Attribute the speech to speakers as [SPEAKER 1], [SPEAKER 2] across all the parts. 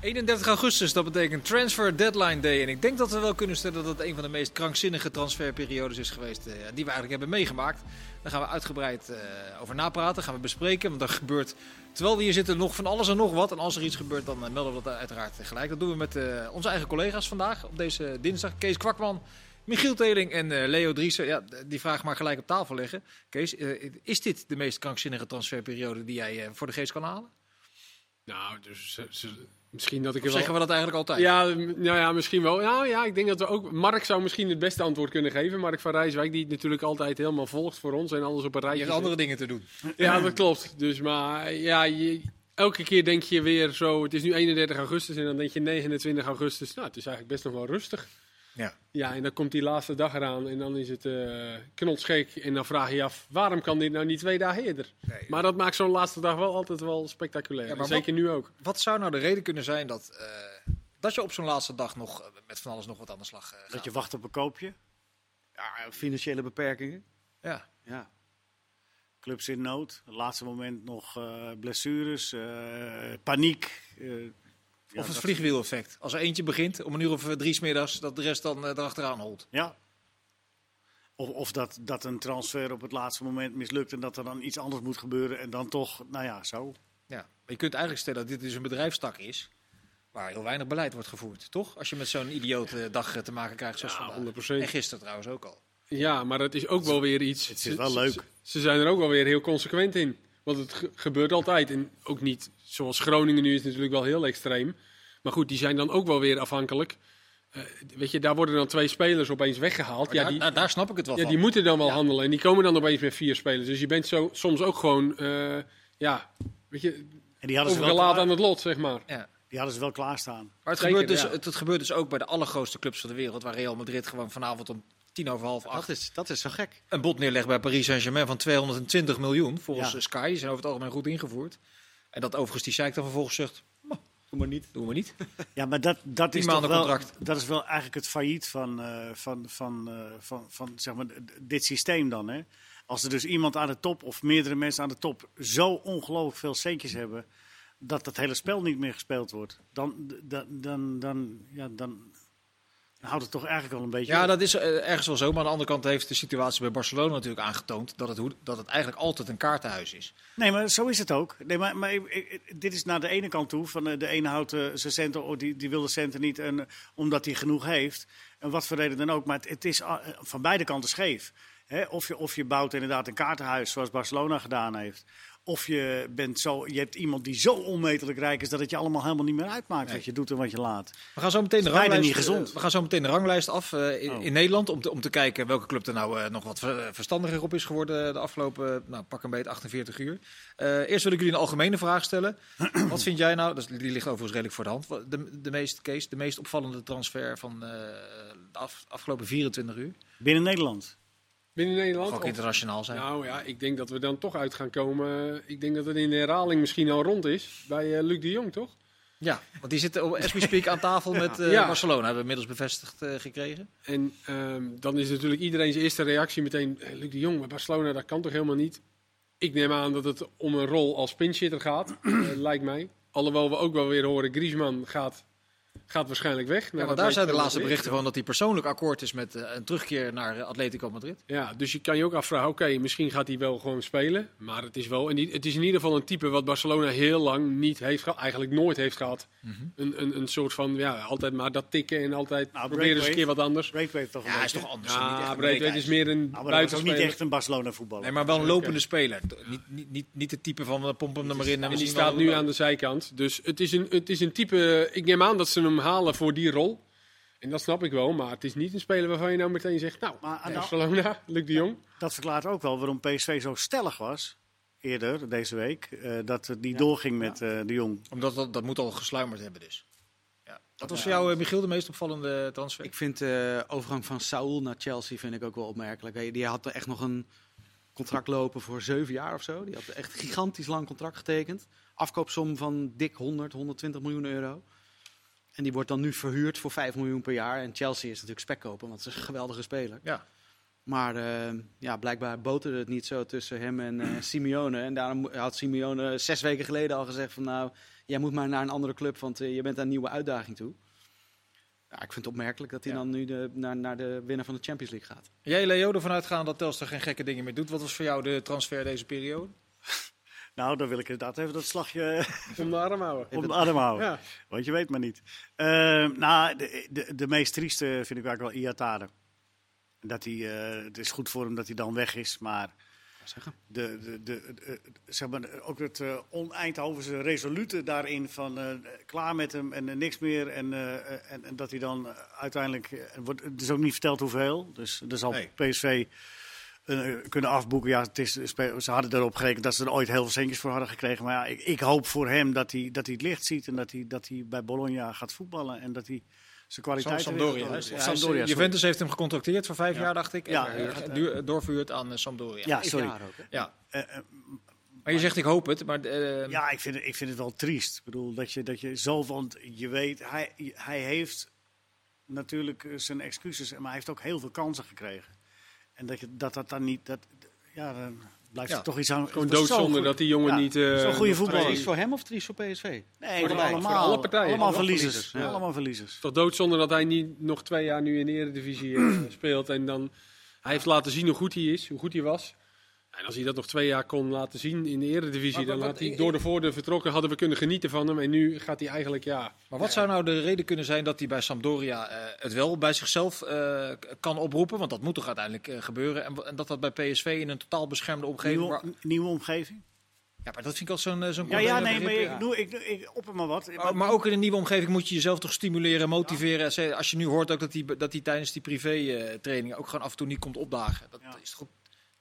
[SPEAKER 1] 31 augustus, dat betekent Transfer Deadline Day. En ik denk dat we wel kunnen stellen dat het een van de meest krankzinnige transferperiodes is geweest eh, die we eigenlijk hebben meegemaakt. Daar gaan we uitgebreid eh, over napraten, gaan we bespreken. Want er gebeurt, terwijl we hier zitten, nog van alles en nog wat. En als er iets gebeurt, dan eh, melden we dat uiteraard gelijk. Dat doen we met eh, onze eigen collega's vandaag op deze dinsdag. Kees Kwakman, Michiel Teling en eh, Leo Driessen. Ja, d- die vraag maar gelijk op tafel leggen. Kees, eh, is dit de meest krankzinnige transferperiode die jij eh, voor de geest kan halen?
[SPEAKER 2] Nou, dus, ze- ze- misschien dat ik
[SPEAKER 1] Of
[SPEAKER 2] er
[SPEAKER 1] zeggen
[SPEAKER 2] wel...
[SPEAKER 1] we dat eigenlijk altijd?
[SPEAKER 2] Ja, m- nou ja, misschien wel. Nou ja, ik denk dat we ook... Mark zou misschien het beste antwoord kunnen geven. Mark van Rijswijk, die het natuurlijk altijd helemaal volgt voor ons en alles op een
[SPEAKER 1] Je
[SPEAKER 2] rijtje
[SPEAKER 1] hebt andere dingen te doen.
[SPEAKER 2] zet. Ja, dat klopt. Dus, maar ja, je- elke keer denk je weer zo... Het is nu 31 augustus en dan denk je 29 augustus. Nou, het is eigenlijk best nog wel rustig.
[SPEAKER 1] Ja.
[SPEAKER 2] Ja, en dan komt die laatste dag eraan en dan is het eh knotsgek. En dan vraag je je af, waarom kan dit nou niet twee dagen eerder?
[SPEAKER 1] Nee.
[SPEAKER 2] Maar dat maakt zo'n laatste dag wel altijd wel spectaculair.
[SPEAKER 1] Ja, maar
[SPEAKER 2] En
[SPEAKER 1] wat-
[SPEAKER 2] Zeker nu ook.
[SPEAKER 1] Wat zou nou de reden kunnen zijn dat, eh, dat je op zo'n laatste dag nog eh, met van alles nog wat aan de slag eh, gaat?
[SPEAKER 3] Dat je wacht op een koopje. Ja, financiële beperkingen.
[SPEAKER 1] Ja.
[SPEAKER 3] Ja. Clubs in nood. Laatste moment nog eh, blessures, eh, paniek. eh, ja,
[SPEAKER 1] of het
[SPEAKER 3] dat-
[SPEAKER 1] vliegwiel-effect. Als er eentje begint om een uur of eh, drie 's middags, dat de rest dan eh, erachteraan holt.
[SPEAKER 3] Ja. Of, of dat, dat een transfer op het laatste moment mislukt en dat er dan iets anders moet gebeuren. En dan toch, nou ja, zo.
[SPEAKER 1] Ja. Maar je kunt eigenlijk stellen dat dit dus een bedrijfstak is waar heel weinig beleid wordt gevoerd, toch? Als je met zo'n idioot eh, dag eh, te maken krijgt zoals
[SPEAKER 2] Ja,
[SPEAKER 1] vandaag.
[SPEAKER 2] 100%.
[SPEAKER 1] En gisteren trouwens ook al.
[SPEAKER 2] Ja, maar het is ook wel weer iets.
[SPEAKER 3] Het is wel leuk.
[SPEAKER 2] Ze, ze zijn er ook wel weer heel consequent in. Want het ge- gebeurt altijd. En ook niet zoals Groningen nu is, natuurlijk wel heel extreem. Maar goed, die zijn dan ook wel weer afhankelijk. Eh, weet je, daar worden dan twee spelers opeens weggehaald.
[SPEAKER 1] ja,
[SPEAKER 2] Ja, die,
[SPEAKER 1] daar, daar snap ik het wel
[SPEAKER 2] ja,
[SPEAKER 1] van.
[SPEAKER 2] die moeten dan wel handelen. En die komen dan opeens met vier spelers. Dus je bent zo, soms ook gewoon, eh, ja, weet je,
[SPEAKER 3] En die hadden, ze wel
[SPEAKER 2] overgelaten
[SPEAKER 3] klaar,
[SPEAKER 2] aan het lot, zeg maar.
[SPEAKER 1] ja.
[SPEAKER 3] die hadden ze wel klaarstaan.
[SPEAKER 1] Maar het,
[SPEAKER 2] Zeker,
[SPEAKER 1] gebeurt dus,
[SPEAKER 2] ja.
[SPEAKER 1] het, het gebeurt dus ook bij de allergrootste clubs van de wereld, waar Real Madrid gewoon vanavond om tien over half acht
[SPEAKER 4] Dat is, dat is zo gek.
[SPEAKER 1] een bod neerlegt bij Paris Saint-Germain van 220 miljoen. Volgens
[SPEAKER 3] Ja.
[SPEAKER 1] eh, Sky. Die zijn over het algemeen goed ingevoerd. En dat overigens die Sjaak dan vervolgens zegt,
[SPEAKER 4] Doe maar niet.
[SPEAKER 1] doen we niet.
[SPEAKER 3] Ja, maar dat, dat,
[SPEAKER 1] Tien
[SPEAKER 3] is toch
[SPEAKER 1] maanden
[SPEAKER 3] wel,
[SPEAKER 1] contract.
[SPEAKER 3] dat is wel eigenlijk het failliet van, eh, van, van, eh, van, van zeg maar, d- d- dit systeem dan. Hè? Als er dus iemand aan de top of meerdere mensen aan de top zo ongelooflijk veel centjes hebben, dat dat hele spel niet meer gespeeld wordt, dan, d- dan, dan, dan, ja, dan houdt het toch eigenlijk al een beetje
[SPEAKER 1] Ja,
[SPEAKER 3] op.
[SPEAKER 1] dat is eh, ergens wel zo. Maar aan de andere kant heeft de situatie bij Barcelona natuurlijk aangetoond dat het, hoe- dat het eigenlijk altijd een kaartenhuis is.
[SPEAKER 3] Nee, maar zo is het ook. Nee, maar, maar ik- ik- ik- dit is naar de ene kant toe. Van eh, de ene houdt eh, zijn centen, oh, die, die wil de centen niet en, eh, omdat hij genoeg heeft. En wat voor reden dan ook. Maar het, het is a- eh, van beide kanten scheef. Hè, of, je, of je bouwt inderdaad een kaartenhuis zoals Barcelona gedaan heeft. Of je, bent zo, je hebt iemand die zo onmetelijk rijk is dat het je allemaal helemaal niet meer uitmaakt wat je doet en wat je laat.
[SPEAKER 1] We gaan zo meteen de
[SPEAKER 3] Het is bijna
[SPEAKER 1] ranglijst,
[SPEAKER 3] niet gezond.
[SPEAKER 1] eh, we gaan zo meteen de ranglijst af eh, in,
[SPEAKER 3] Oh.
[SPEAKER 1] in Nederland. Om te, om te kijken welke club er nou eh, nog wat ver- verstandiger op is geworden de afgelopen eh, nou, pak een beet 48 uur. Eh, eerst wil ik jullie een algemene vraag stellen. wat vind jij nou, dat is- die ligt overigens redelijk voor de hand, wat- de, de, meest, Kees, de meest opvallende transfer van eh, de af- afgelopen 24 uur?
[SPEAKER 3] Binnen Nederland.
[SPEAKER 2] Binnen Nederland.
[SPEAKER 1] Mag ook
[SPEAKER 2] of-
[SPEAKER 1] internationaal zijn.
[SPEAKER 2] Nou ja, ik denk dat we dan toch uit gaan komen. Ik denk dat het in de herhaling misschien al rond is. Bij eh, Luc de Jong, toch?
[SPEAKER 1] Ja, want die zitten op as we speak aan tafel met eh,
[SPEAKER 2] Ja.
[SPEAKER 1] Barcelona. Hebben we inmiddels bevestigd eh, gekregen.
[SPEAKER 2] En ehm, dan is natuurlijk iedereen's eerste reactie meteen... eh, Luc de Jong bij Barcelona, dat kan toch helemaal niet? Ik neem aan dat het om een rol als pinshitter gaat, eh, lijkt mij. Alhoewel we ook wel weer horen, Griezmann gaat, gaat waarschijnlijk weg.
[SPEAKER 1] Ja,
[SPEAKER 2] Nou, dat
[SPEAKER 1] want daar
[SPEAKER 2] lijkt
[SPEAKER 1] zijn de
[SPEAKER 2] wel
[SPEAKER 1] laatste
[SPEAKER 2] weer.
[SPEAKER 1] berichten van dat hij persoonlijk akkoord is met eh, een terugkeer naar eh, Atletico Madrid.
[SPEAKER 2] Ja, dus je kan je ook afvragen, oké, misschien gaat hij wel gewoon spelen. Maar het is, wel, en die- het is in ieder geval een type wat Barcelona heel lang niet heeft gehad. Eigenlijk nooit heeft gehad.
[SPEAKER 3] Mhm.
[SPEAKER 2] Een, een, een soort van, ja, altijd maar dat tikken en altijd
[SPEAKER 3] Nou,
[SPEAKER 2] proberen eens een keer
[SPEAKER 3] Braithwaite.
[SPEAKER 2] wat anders.
[SPEAKER 3] Breakway toch een
[SPEAKER 1] Ja, hij is
[SPEAKER 3] beetje.
[SPEAKER 1] toch anders. dan niet echt
[SPEAKER 2] Ja,
[SPEAKER 1] een
[SPEAKER 2] Breedwet
[SPEAKER 1] breekijzer.
[SPEAKER 2] is meer een
[SPEAKER 3] Ah, maar dat is ook niet
[SPEAKER 2] buitenspeler.
[SPEAKER 3] echt een Barcelona voetballer.
[SPEAKER 1] Nee, maar wel een lopende speler. T- Niet, niet, niet, niet het type van eh, pomp hem er maar in.
[SPEAKER 2] En die staat nu aan de zijkant. Dus het is, een, het is een type. Ik neem aan dat ze hem halen voor die rol. En dat snap ik wel. Maar het is niet een speler waarvan je nou meteen zegt. Nou,
[SPEAKER 3] Maar aan de-
[SPEAKER 2] Barcelona, Luc de Jong.
[SPEAKER 3] Dat verklaart ook wel waarom PSV zo stellig was eerder deze week. eh, dat het niet doorging met eh, de Jong.
[SPEAKER 1] Omdat dat, dat moet al gesluimerd hebben dus. Ja. Dat was voor jou, eh, Michiel, de meest opvallende transfer?
[SPEAKER 4] Ik vind de overgang van Saul naar Chelsea vind ik ook wel opmerkelijk. Hey, Die had er echt nog een contract lopen voor zeven jaar of zo. Die had echt gigantisch lang contract getekend. Afkoopsom van dik 100, 120 miljoen euro. En die wordt dan nu verhuurd voor 5 miljoen per jaar. En Chelsea is natuurlijk spekkoper, want ze is een geweldige speler.
[SPEAKER 1] ja.
[SPEAKER 4] Maar eh, ja, blijkbaar boterde het niet zo tussen hem en eh, Simeone. En daarom mo- had Simeone zes weken geleden al gezegd van... nou, jij moet maar naar een andere club, want eh, je bent aan een nieuwe uitdaging toe. Ja, ik vind het opmerkelijk dat hij
[SPEAKER 1] Ja.
[SPEAKER 4] dan nu de, naar, naar de winnaar van de Champions League gaat.
[SPEAKER 1] Jij, Leo, ervan uitgaan dat Telstar geen gekke dingen meer doet. Wat was voor jou de transfer deze periode?
[SPEAKER 3] Nou, dan wil ik inderdaad even dat slagje eh,
[SPEAKER 2] Om de arm houden.
[SPEAKER 3] op de adem houden.
[SPEAKER 2] Ja.
[SPEAKER 3] Want je weet maar niet. Eh, nou, de, de, de meest trieste vind ik eigenlijk wel Iatare. Dat hij, eh, het is goed voor hem dat hij dan weg is, maar...
[SPEAKER 4] Zeggen.
[SPEAKER 3] De, de, de, de- zeg maar, ook het eh oneindhovense resolute daarin van eh, klaar met hem en eh, niks meer. En, eh, en, en dat hij dan uiteindelijk... eh, wordt, het is ook niet verteld hoeveel, dus daar zal
[SPEAKER 1] Nee.
[SPEAKER 3] PSV eh, kunnen afboeken. Ja, het is, ze hadden erop gerekend dat ze er ooit heel veel centjes voor hadden gekregen. Maar ja, ik, ik hoop voor hem dat hij, dat hij het licht ziet en dat hij, dat hij bij Bologna gaat voetballen. En dat hij zijn kwaliteit...
[SPEAKER 1] Sampdoria, hè? Ja, Juventus heeft hem gecontracteerd voor vijf jaar, dacht ik. En
[SPEAKER 3] Ja.
[SPEAKER 1] hij gaat duur- doorverhuurd aan eh, Sampdoria.
[SPEAKER 3] Ja, sorry.
[SPEAKER 4] Jaar ook, hè?
[SPEAKER 1] Ja.
[SPEAKER 3] Eh, eh,
[SPEAKER 1] Maar je zegt, ik hoop het. Maar eh,
[SPEAKER 3] Ja, ik vind, het- ik vind het wel triest. Ik bedoel, dat je, dat je zo want je weet, hij, hij heeft natuurlijk eh, zijn excuses, maar hij heeft ook heel veel kansen gekregen. En dat je, dat, dat dan niet, dat, ja, dan blijft
[SPEAKER 1] Ja,
[SPEAKER 3] er toch iets aan.
[SPEAKER 2] Gewoon
[SPEAKER 3] het was zo'n
[SPEAKER 2] doodzonde
[SPEAKER 3] goe-
[SPEAKER 2] dat die jongen
[SPEAKER 3] Ja,
[SPEAKER 2] niet... eh,
[SPEAKER 3] zo'n goede
[SPEAKER 2] nog
[SPEAKER 3] voetballer.
[SPEAKER 2] traint.
[SPEAKER 4] Triest voor hem of triest voor PSV?
[SPEAKER 3] Nee,
[SPEAKER 2] voor de
[SPEAKER 3] allemaal,
[SPEAKER 2] lijn, voor alle partijen.
[SPEAKER 3] Allemaal
[SPEAKER 2] Allemaal
[SPEAKER 3] verliezers.
[SPEAKER 4] verliezers, ja.
[SPEAKER 3] Allemaal verliezers.
[SPEAKER 2] Het is toch doodzonde dat hij niet nog twee jaar nu in de Eredivisie eh, speelt. En dan, hij heeft laten zien hoe goed hij is, hoe goed hij was. En als hij dat nog twee jaar kon laten zien in de Eredivisie,
[SPEAKER 1] Maar- maar
[SPEAKER 2] dan
[SPEAKER 1] wat-
[SPEAKER 2] had hij
[SPEAKER 1] ik-
[SPEAKER 2] door de voordeur vertrokken, hadden we kunnen genieten van hem. En nu gaat hij eigenlijk, ja...
[SPEAKER 1] Maar wat zou nou de reden kunnen zijn dat hij bij Sampdoria eh, het wel bij zichzelf eh, k- kan oproepen? Want dat moet toch uiteindelijk eh, gebeuren. En, wa- en dat dat bij PSV in een totaal beschermde omgeving.
[SPEAKER 3] Nieuwe,
[SPEAKER 1] waar-
[SPEAKER 3] nieuwe omgeving.
[SPEAKER 1] ja, maar dat vind ik altijd zo'n. eh, zo'n
[SPEAKER 3] Ja, ja, nee,
[SPEAKER 1] begrip,
[SPEAKER 3] maar
[SPEAKER 1] ja.
[SPEAKER 3] ik, doe, ik, doe- ik opper maar wat.
[SPEAKER 1] Maar, maar ook in een nieuwe omgeving moet je jezelf toch stimuleren, motiveren. Ze- Als je nu hoort ook dat hij dat hij tijdens die privé-trainingen ook gewoon af en toe niet komt opdagen. Dat
[SPEAKER 3] Ja.
[SPEAKER 1] is toch,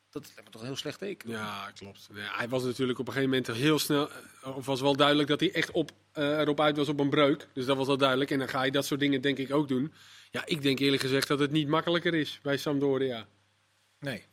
[SPEAKER 1] dat lijkt me toch een heel slecht teken.
[SPEAKER 2] Ja, klopt. Nee, hij was natuurlijk op een gegeven moment heel snel... eh, Of was wel duidelijk dat hij echt op, eh, erop uit was op een breuk. Dus dat was al duidelijk. En dan ga je dat soort dingen denk ik ook doen. Ja, ik denk eerlijk gezegd dat het niet makkelijker is bij Sampdoria. Eh,
[SPEAKER 1] Nee.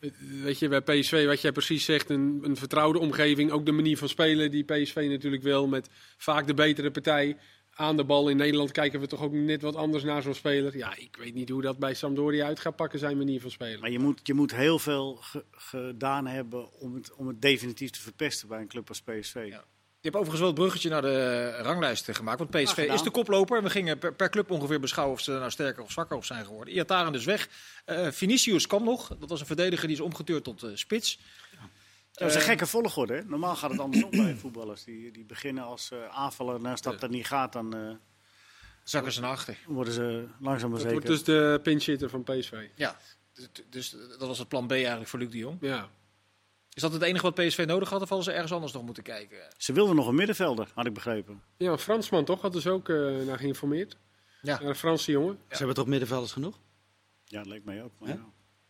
[SPEAKER 2] Weet je, bij PSV, wat jij precies zegt, een, een vertrouwde omgeving. Ook de manier van spelen die PSV natuurlijk wil. Met vaak de betere partij aan de bal. In Nederland kijken we toch ook net wat anders naar zo'n speler. Ja, ik weet niet hoe dat bij Sampdoria uit gaat pakken, zijn manier van spelen.
[SPEAKER 3] Maar je moet, je moet heel veel ge- gedaan hebben om het, om het definitief te verpesten bij een club als PSV.
[SPEAKER 1] Ja. Je hebt overigens wel het bruggetje naar de ranglijst eh, gemaakt. Want PSV
[SPEAKER 3] gedaan.
[SPEAKER 1] is de koploper. En we gingen per, per club ongeveer beschouwen of ze nou sterker of zwakker op zijn geworden. Iataren dus weg. Eh Vinicius kwam nog. Dat was een verdediger die is omgetuurd tot eh, spits.
[SPEAKER 3] Dat is een
[SPEAKER 1] Eh,
[SPEAKER 3] gekke volgorde. Hè? Normaal gaat het andersom bij voetballers. Die, die beginnen als eh, aanvaller. En als dat dan niet gaat, dan eh,
[SPEAKER 1] Zakken ze naar achter.
[SPEAKER 3] worden ze langzaam maar
[SPEAKER 2] Dat
[SPEAKER 3] zeker.
[SPEAKER 2] wordt dus de pinchitter van PSV.
[SPEAKER 1] Ja, d- d- dus eh, dat was het plan B eigenlijk voor Luc de Jong.
[SPEAKER 2] Ja.
[SPEAKER 1] Is dat het enige wat PSV nodig had? Of hadden ze ergens anders nog moeten kijken?
[SPEAKER 3] Ze wilden nog een middenvelder, had ik begrepen.
[SPEAKER 2] ja, een Fransman toch? Had dus ook eh, naar geïnformeerd.
[SPEAKER 1] Ja.
[SPEAKER 2] Naar een Franse jongen.
[SPEAKER 4] Ze hebben toch middenvelders genoeg?
[SPEAKER 3] Ja, dat leek mij ook. Maar
[SPEAKER 4] Hè?
[SPEAKER 3] ja.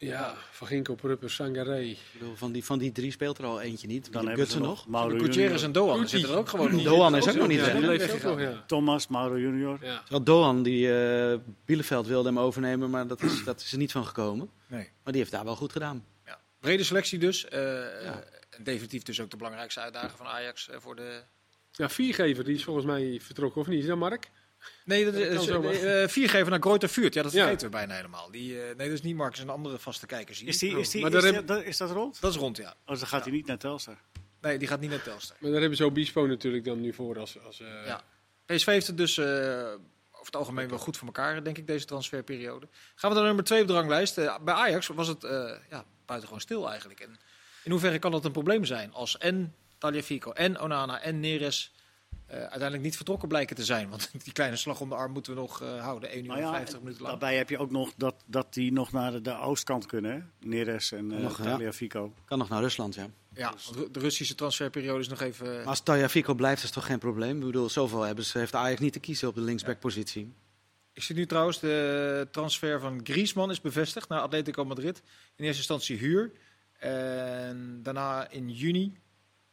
[SPEAKER 2] Ja, Van Ginkel, Prupper, Sangaré.
[SPEAKER 4] Ik bedoel, van, die, van die drie speelt er al eentje niet.
[SPEAKER 3] Dan
[SPEAKER 4] Die
[SPEAKER 3] hebben
[SPEAKER 4] Gutsen
[SPEAKER 3] ze nog
[SPEAKER 4] nog.
[SPEAKER 3] Mauro
[SPEAKER 1] Gutierrez
[SPEAKER 3] Junior.
[SPEAKER 1] en Doan
[SPEAKER 2] Guti.
[SPEAKER 1] zitten er ook gewoon nog.
[SPEAKER 4] Doan is ook nog niet
[SPEAKER 2] Ja,
[SPEAKER 4] weg.
[SPEAKER 2] die
[SPEAKER 4] hè?
[SPEAKER 2] leeft ook nog, ja.
[SPEAKER 3] Thomas, Mauro Junior.
[SPEAKER 2] ja.
[SPEAKER 4] Terwijl Doan, die eh Bielefeld wilde hem overnemen, maar dat is, dat is er niet van gekomen.
[SPEAKER 1] Nee.
[SPEAKER 4] Maar die heeft daar wel goed gedaan.
[SPEAKER 1] Ja. Brede selectie dus. eh,
[SPEAKER 4] Ja.
[SPEAKER 1] En definitief dus ook de belangrijkste uitdaging van Ajax eh, voor de
[SPEAKER 2] Ja, Viergever, die is volgens mij vertrokken, of niet? Is dat Mark?
[SPEAKER 1] Nee, dat,
[SPEAKER 2] Dat kan
[SPEAKER 1] is
[SPEAKER 2] zo, maar.
[SPEAKER 1] eh, eh, viergever naar Groiter Vuurt. Ja, dat
[SPEAKER 2] Ja.
[SPEAKER 1] vergeten we bijna helemaal. Die, eh, nee, dat is niet Marcus en de andere vaste kijkers hier.
[SPEAKER 3] Is, die, is, die,
[SPEAKER 2] Maar
[SPEAKER 3] is,
[SPEAKER 2] daar
[SPEAKER 3] die-
[SPEAKER 2] heb-
[SPEAKER 3] dat- is dat rond?
[SPEAKER 1] Dat is rond, ja.
[SPEAKER 3] Oh, dan gaat hij niet naar Telstar.
[SPEAKER 1] Nee, die gaat niet naar Telstar.
[SPEAKER 2] Maar daar hebben ze Obispo natuurlijk dan nu voor als... als eh,
[SPEAKER 1] Ja. PSV heeft het dus eh, over het algemeen wel goed voor elkaar, denk ik, deze transferperiode. Gaan we naar nummer twee op de ranglijst. Eh, bij Ajax was het eh ja, buitengewoon stil eigenlijk. En in hoeverre kan dat een probleem zijn als en Taliafico en Onana en Neres... eh, uiteindelijk niet vertrokken blijken te zijn. Want die kleine slag om de arm moeten we nog eh, houden. 1 uur
[SPEAKER 3] Nou ja,
[SPEAKER 1] 50 minuten lang.
[SPEAKER 3] Daarbij heb je ook nog dat, dat die nog naar de, de oostkant kunnen. Hè? Neres en eh
[SPEAKER 4] Nog, ja.
[SPEAKER 3] Talia Fico.
[SPEAKER 4] Kan nog naar Rusland, ja.
[SPEAKER 1] Ja, want de- de Russische transferperiode is nog even... eh,
[SPEAKER 4] Maar als Tajafico blijft, is toch geen probleem? Ik bedoel, zoveel hebben ze, heeft Ajax niet te kiezen op de linksbackpositie.
[SPEAKER 1] Ik zie nu trouwens, de transfer van Griezmann is bevestigd naar Atletico Madrid. In eerste instantie huur. En daarna in juni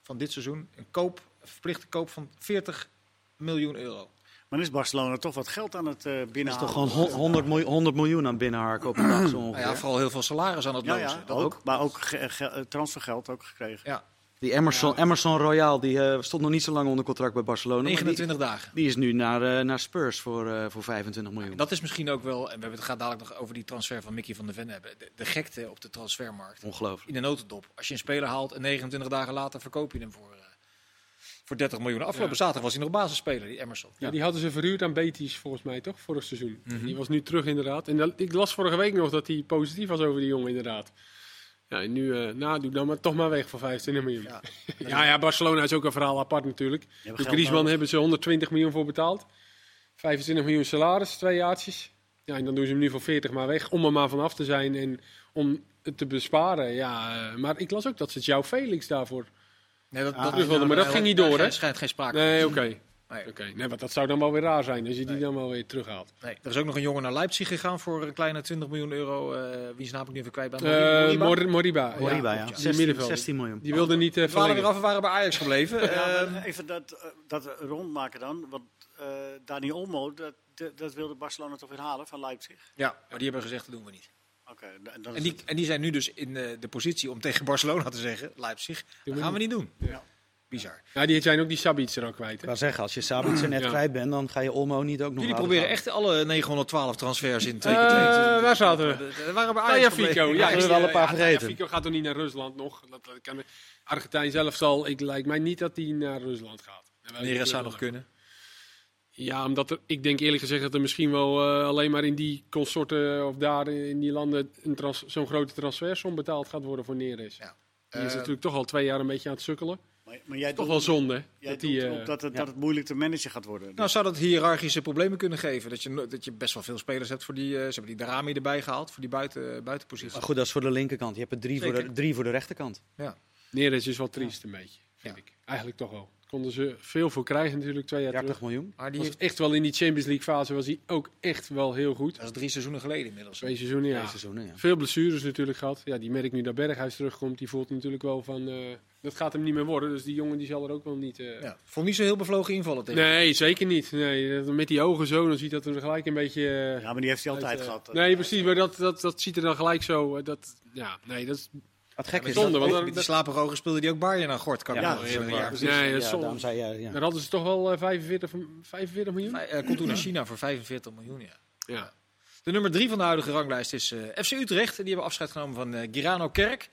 [SPEAKER 1] van dit seizoen een koop, een verplichte koop van 40 miljoen euro.
[SPEAKER 3] Maar dan is Barcelona toch wat geld aan het eh
[SPEAKER 4] Er is
[SPEAKER 3] binnenhalen.
[SPEAKER 4] toch gewoon hon- 100, miljoen- 100 miljoen aan binnenharken op een dag zo
[SPEAKER 1] Nou
[SPEAKER 4] ongeveer.
[SPEAKER 1] ja, vooral heel veel salaris aan het
[SPEAKER 3] Ja,
[SPEAKER 1] lozen.
[SPEAKER 3] ja
[SPEAKER 1] dat
[SPEAKER 3] ook, maar ook ge- ge- eh, transfergeld ook gekregen.
[SPEAKER 1] Ja.
[SPEAKER 4] Die Emerson, Emerson Royal, die eh, stond nog niet zo lang onder contract bij Barcelona. maar die-
[SPEAKER 1] 29 dagen.
[SPEAKER 4] Die is nu naar, eh, naar Spurs voor, eh, voor 25 miljoen.
[SPEAKER 1] Dat is misschien ook wel, en we hebben het gaat dadelijk nog over die transfer van Mickey van der Ven hebben. De, de gekte op de transfermarkt.
[SPEAKER 4] Ongelooflijk.
[SPEAKER 1] In de notendop. Als je een speler haalt en 29 dagen later verkoop je hem voor, eh, voor 30 miljoen. Afgelopen
[SPEAKER 2] Ja.
[SPEAKER 1] zaterdag was hij nog basisspeler, die Emerson.
[SPEAKER 2] Ja, die hadden ze verhuurd aan Betis, volgens mij toch, vorig seizoen. Die was nu terug inderdaad. En dat- ik las vorige week nog dat hij positief was over die jongen inderdaad. Ja, en nu, eh nou, doe dan maar toch maar weg voor 25 miljoen. Ja, ja, Barcelona is ook een verhaal apart natuurlijk.
[SPEAKER 3] hebben
[SPEAKER 2] De
[SPEAKER 3] geld
[SPEAKER 2] Griezmann
[SPEAKER 3] nodig.
[SPEAKER 2] hebben ze 120 miljoen voor betaald. 25 miljoen salaris, twee jaartjes. Ja, en dan doen ze hem nu voor 40 maar weg, om er maar vanaf te zijn en om het te besparen. Ja, eh, maar ik las ook dat ze Joao Felix daarvoor...
[SPEAKER 1] Ah, Nee, dat,
[SPEAKER 2] terug wilde, maar dat ging niet door, hè?
[SPEAKER 1] Er schijnt geen sprake
[SPEAKER 2] Nee,
[SPEAKER 1] van.
[SPEAKER 2] oké.
[SPEAKER 1] Nee.
[SPEAKER 2] Oké, nee, want dat zou dan wel weer raar zijn als je die dan wel weer terughaalt.
[SPEAKER 1] Nee. Er is ook nog een jongen naar Leipzig gegaan voor een kleine 20 miljoen euro. eh wie is naam ik nu even kwijt bij Moriba?
[SPEAKER 2] Eh, Mor- Moriba.
[SPEAKER 4] Moriba, ja.
[SPEAKER 2] Die
[SPEAKER 4] 16,
[SPEAKER 2] middenvelder.
[SPEAKER 4] 16 miljoen.
[SPEAKER 2] Die wilde niet eh
[SPEAKER 1] We waren
[SPEAKER 2] verlengen.
[SPEAKER 1] eraf, we waren bij Ajax gebleven.
[SPEAKER 3] Ja,
[SPEAKER 1] Ehm,
[SPEAKER 3] maar even dat, eh, dat rondmaken dan. Want eh, Dani Olmo, dat, dat, dat wilde Barcelona toch weer halen van Leipzig?
[SPEAKER 1] ja, maar die hebben gezegd, dat doen we niet.
[SPEAKER 3] Oké, en dat is
[SPEAKER 1] En die,
[SPEAKER 3] het.
[SPEAKER 1] en die zijn nu dus in eh, de positie om tegen Barcelona te zeggen, Leipzig, dat gaan we niet doen.
[SPEAKER 2] Ja.
[SPEAKER 1] Bizar.
[SPEAKER 2] Ja, die zijn ook die Sabic er al kwijt.
[SPEAKER 4] Ik
[SPEAKER 2] Hè?
[SPEAKER 4] wou zeggen, als je Sabitzer net
[SPEAKER 2] Ja.
[SPEAKER 4] kwijt bent, dan ga je Olmo niet ook nog
[SPEAKER 1] Jullie
[SPEAKER 4] laten
[SPEAKER 1] proberen
[SPEAKER 4] gaan.
[SPEAKER 1] echt alle 912 transfers in twee keer
[SPEAKER 2] Eh,
[SPEAKER 1] twee te-
[SPEAKER 2] waar zaten we?
[SPEAKER 1] We waren bij
[SPEAKER 2] Ah
[SPEAKER 1] Ajax
[SPEAKER 2] ja, Fico.
[SPEAKER 1] gebleven.
[SPEAKER 2] Ja,
[SPEAKER 4] er
[SPEAKER 2] is
[SPEAKER 4] wel een paar
[SPEAKER 2] Ja,
[SPEAKER 4] vergeten.
[SPEAKER 2] Fico gaat toch niet naar Rusland nog? Dat, dat kan, Argentijn zelf zal, ik lijkt mij niet dat hij naar Rusland gaat.
[SPEAKER 1] Neres zou nog kunnen.
[SPEAKER 2] Ja, omdat er, ik denk eerlijk gezegd dat er misschien wel eh, alleen maar in die consorten of daar in die landen een trans- zo'n grote transfersom betaald gaat worden voor Neres.
[SPEAKER 1] Ja.
[SPEAKER 2] Die is
[SPEAKER 1] Eh,
[SPEAKER 2] natuurlijk toch al twee jaar een beetje aan het sukkelen.
[SPEAKER 3] maar, maar jij
[SPEAKER 2] Toch
[SPEAKER 3] doet,
[SPEAKER 2] wel zonde. hè,
[SPEAKER 3] jij
[SPEAKER 2] dat
[SPEAKER 3] doelt
[SPEAKER 2] die, eh,
[SPEAKER 3] erop dat, het, dat het moeilijk te managen gaat worden.
[SPEAKER 1] Nou, zou dat hiërarchische problemen kunnen geven? Dat je, no- dat je best wel veel spelers hebt voor die... eh, ze hebben die Darami erbij gehaald voor die buiten, eh, buitenpositie.
[SPEAKER 4] Maar goed, dat is voor de linkerkant. Je hebt er drie, voor de,
[SPEAKER 1] Zeker.
[SPEAKER 4] drie voor de rechterkant.
[SPEAKER 2] Neres is dus wel triest een beetje, vind
[SPEAKER 1] Ja.
[SPEAKER 2] ik. Eigenlijk toch wel. Konden ze veel voor krijgen natuurlijk twee jaar
[SPEAKER 4] 30
[SPEAKER 2] terug.
[SPEAKER 4] miljoen.
[SPEAKER 1] Maar die
[SPEAKER 2] Was
[SPEAKER 1] heeft,
[SPEAKER 2] echt wel in die Champions League fase was hij ook echt wel heel goed.
[SPEAKER 1] dat is drie seizoenen geleden inmiddels.
[SPEAKER 2] Twee seizoenen, ja.
[SPEAKER 4] Twee seizoenen, ja.
[SPEAKER 2] Veel blessures natuurlijk gehad. Ja, die merk nu dat Berghuis terugkomt. Die voelt natuurlijk wel van, eh, dat gaat hem niet meer worden. Dus die jongen die zal er ook wel niet... eh,
[SPEAKER 1] Ja, vond niet zo heel bevlogen invallen tegen.
[SPEAKER 2] Nee, zeker niet. Nee, dat- met die ogen zo, dan ziet dat er gelijk een beetje... eh,
[SPEAKER 3] ja, maar die heeft hij altijd
[SPEAKER 2] uit, eh,
[SPEAKER 3] gehad. Dat-
[SPEAKER 2] Nee, precies. Maar dat, dat, dat ziet er dan gelijk zo... eh, dat, ja, nee, dat is...
[SPEAKER 4] Wat gek
[SPEAKER 1] Met
[SPEAKER 4] is.
[SPEAKER 1] die-
[SPEAKER 2] zonde,
[SPEAKER 4] dat-
[SPEAKER 2] want
[SPEAKER 1] met
[SPEAKER 2] dan-
[SPEAKER 1] die slapige ogen speelde die ook Bayern aan Gort, kan ik
[SPEAKER 3] Ja,
[SPEAKER 1] me nog
[SPEAKER 3] dat is
[SPEAKER 1] herinneren.
[SPEAKER 3] ook
[SPEAKER 1] Ja.
[SPEAKER 2] Nee, dat is
[SPEAKER 4] ja,
[SPEAKER 2] zonde.
[SPEAKER 4] daarom zei jij, ja.
[SPEAKER 2] Daar hadden ze toch wel eh, 45, van- 45 miljoen?
[SPEAKER 1] Vij- eh, Komt toen naar China voor 45 miljoen, ja.
[SPEAKER 2] Ja.
[SPEAKER 1] De nummer drie van de huidige ranglijst is eh, FC Utrecht. En die hebben afscheid genomen van eh Girano Kerk.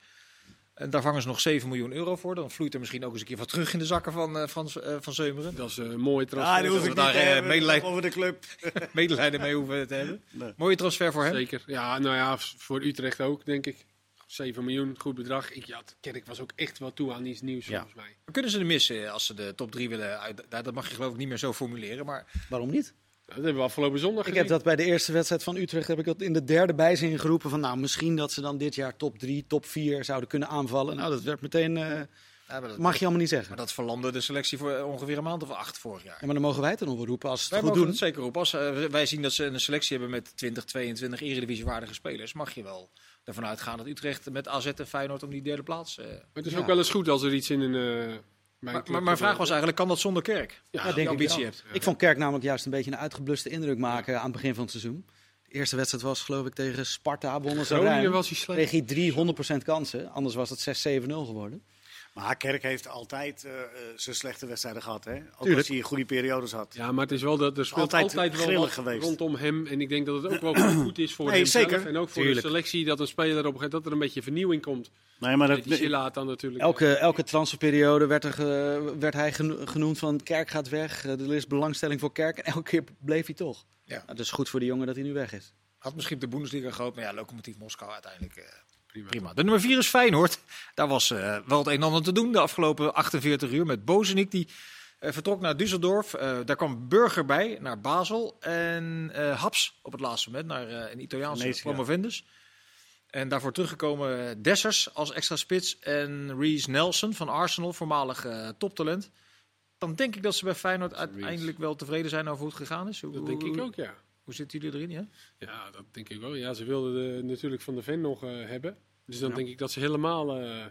[SPEAKER 1] En daar vangen ze nog 7 miljoen euro voor. Dan vloeit er misschien ook eens een keer wat terug in de zakken van, eh Frans, eh, van Zeumeren.
[SPEAKER 2] Dat is een mooie
[SPEAKER 3] Ah,
[SPEAKER 2] transfer.
[SPEAKER 3] daar
[SPEAKER 1] dat
[SPEAKER 3] hoef
[SPEAKER 1] we
[SPEAKER 3] ik
[SPEAKER 1] daar,
[SPEAKER 3] niet te
[SPEAKER 1] eh,
[SPEAKER 3] hebben
[SPEAKER 1] medelijden-
[SPEAKER 3] over de club.
[SPEAKER 1] Medelijden mee hoeven te hebben.
[SPEAKER 3] Nee.
[SPEAKER 1] Mooie transfer voor hem.
[SPEAKER 2] Zeker. Ja, nou ja, v- voor Utrecht ook, denk ik. 7 miljoen, goed bedrag. Ik, ja, de Kerk was ook echt wel toe aan iets nieuws,
[SPEAKER 4] Ja.
[SPEAKER 2] volgens mij.
[SPEAKER 1] Maar Kunnen ze er missen eh, als ze de top 3 willen uit... nou, Dat mag je geloof ik niet meer zo formuleren. Maar
[SPEAKER 4] Waarom niet?
[SPEAKER 2] Nou, dat hebben we afgelopen zondag
[SPEAKER 4] Ik
[SPEAKER 2] gezien.
[SPEAKER 4] heb dat bij de eerste wedstrijd van Utrecht heb ik dat in de derde bijzin geroepen. Van nou, misschien dat ze dan dit jaar top 3, top 4 zouden kunnen aanvallen. Nou, dat werd meteen. eh,
[SPEAKER 1] Ja, maar dat,
[SPEAKER 4] mag je allemaal niet zeggen.
[SPEAKER 1] maar dat verlamde de selectie voor eh, ongeveer een maand of acht vorig jaar.
[SPEAKER 4] Ja, maar dan mogen wij het dan nog wel roepen als ze
[SPEAKER 1] Wij
[SPEAKER 4] het goed
[SPEAKER 1] mogen
[SPEAKER 4] doen.
[SPEAKER 1] het zeker op. Als eh, wij zien dat ze een selectie hebben met 20, 22 eredivisiewaardige spelers, mag je wel ervan uitgaan dat Utrecht met AZ en Feyenoord om die derde plaats. eh,
[SPEAKER 2] Maar het is
[SPEAKER 4] Ja.
[SPEAKER 2] ook wel eens goed als er iets in een... eh, bij een
[SPEAKER 1] Maar,
[SPEAKER 2] club
[SPEAKER 1] maar mijn vraag
[SPEAKER 2] gebeurt.
[SPEAKER 1] was eigenlijk, kan dat zonder Kerk?
[SPEAKER 2] Ja,
[SPEAKER 1] die
[SPEAKER 4] denk ik
[SPEAKER 1] ambitie
[SPEAKER 4] wel.
[SPEAKER 1] hebt.
[SPEAKER 4] Ik vond Kerk namelijk juist een beetje een uitgebluste indruk maken aan het begin van het seizoen. De eerste wedstrijd was geloof ik tegen Sparta, wonnen ze
[SPEAKER 2] Groningen
[SPEAKER 4] ruim.
[SPEAKER 2] was hij slecht.
[SPEAKER 4] Kreeg hij 300% kansen, anders was het 6-7-0 geworden.
[SPEAKER 3] Maar Kerk heeft altijd eh, eh, zijn slechte wedstrijden gehad, hè? Ook
[SPEAKER 4] Tuurlijk.
[SPEAKER 3] als hij goede periodes had.
[SPEAKER 2] Ja, maar het is wel dat er speelt
[SPEAKER 3] Altijd
[SPEAKER 2] altijd, wel
[SPEAKER 3] grillig
[SPEAKER 2] wat
[SPEAKER 3] geweest.
[SPEAKER 2] rondom hem. En ik denk dat het ook wel goed is voor
[SPEAKER 3] Nee,
[SPEAKER 2] hemzelf
[SPEAKER 3] zeker.
[SPEAKER 2] En ook voor
[SPEAKER 4] Tuurlijk.
[SPEAKER 2] de selectie dat een speler op een gegeven moment... dat er een beetje vernieuwing komt.
[SPEAKER 3] Nee, maar
[SPEAKER 2] Dat die
[SPEAKER 3] dat,
[SPEAKER 2] Silla dan natuurlijk...
[SPEAKER 4] Elke, elke transferperiode werd, er ge- werd hij geno- genoemd van Kerk gaat weg, eh, er is belangstelling voor Kerk. En elke keer bleef hij toch.
[SPEAKER 1] Ja.
[SPEAKER 4] Nou, dat is goed voor die jongen dat hij nu weg is.
[SPEAKER 1] Had misschien op de Bundesliga gehoopt, maar ja, Lokomotief Moskou uiteindelijk eh,
[SPEAKER 2] Prima.
[SPEAKER 1] prima. De nummer 4 is Feyenoord. Daar was eh, wel het een en ander te doen de afgelopen 48 uur met Bozenik. Die eh, vertrok naar Düsseldorf. Eh, daar kwam Burger bij, naar Basel. En eh, Haps op het laatste moment, naar eh, een Italiaanse
[SPEAKER 3] Venetië.
[SPEAKER 1] promovendus. En daarvoor teruggekomen eh, Dessers als extra spits. En Reece Nelson van Arsenal, voormalig eh, toptalent. Dan denk ik dat ze bij Feyenoord uiteindelijk wel tevreden zijn over hoe het gegaan is. Hoe,
[SPEAKER 2] Dat denk ik ook, ja.
[SPEAKER 1] Hoe zitten jullie erin? Ja?
[SPEAKER 2] Ja, dat denk ik wel. Ja, ze wilden eh, natuurlijk Van de Ven nog eh, hebben. Dus dan denk ik dat ze helemaal eh,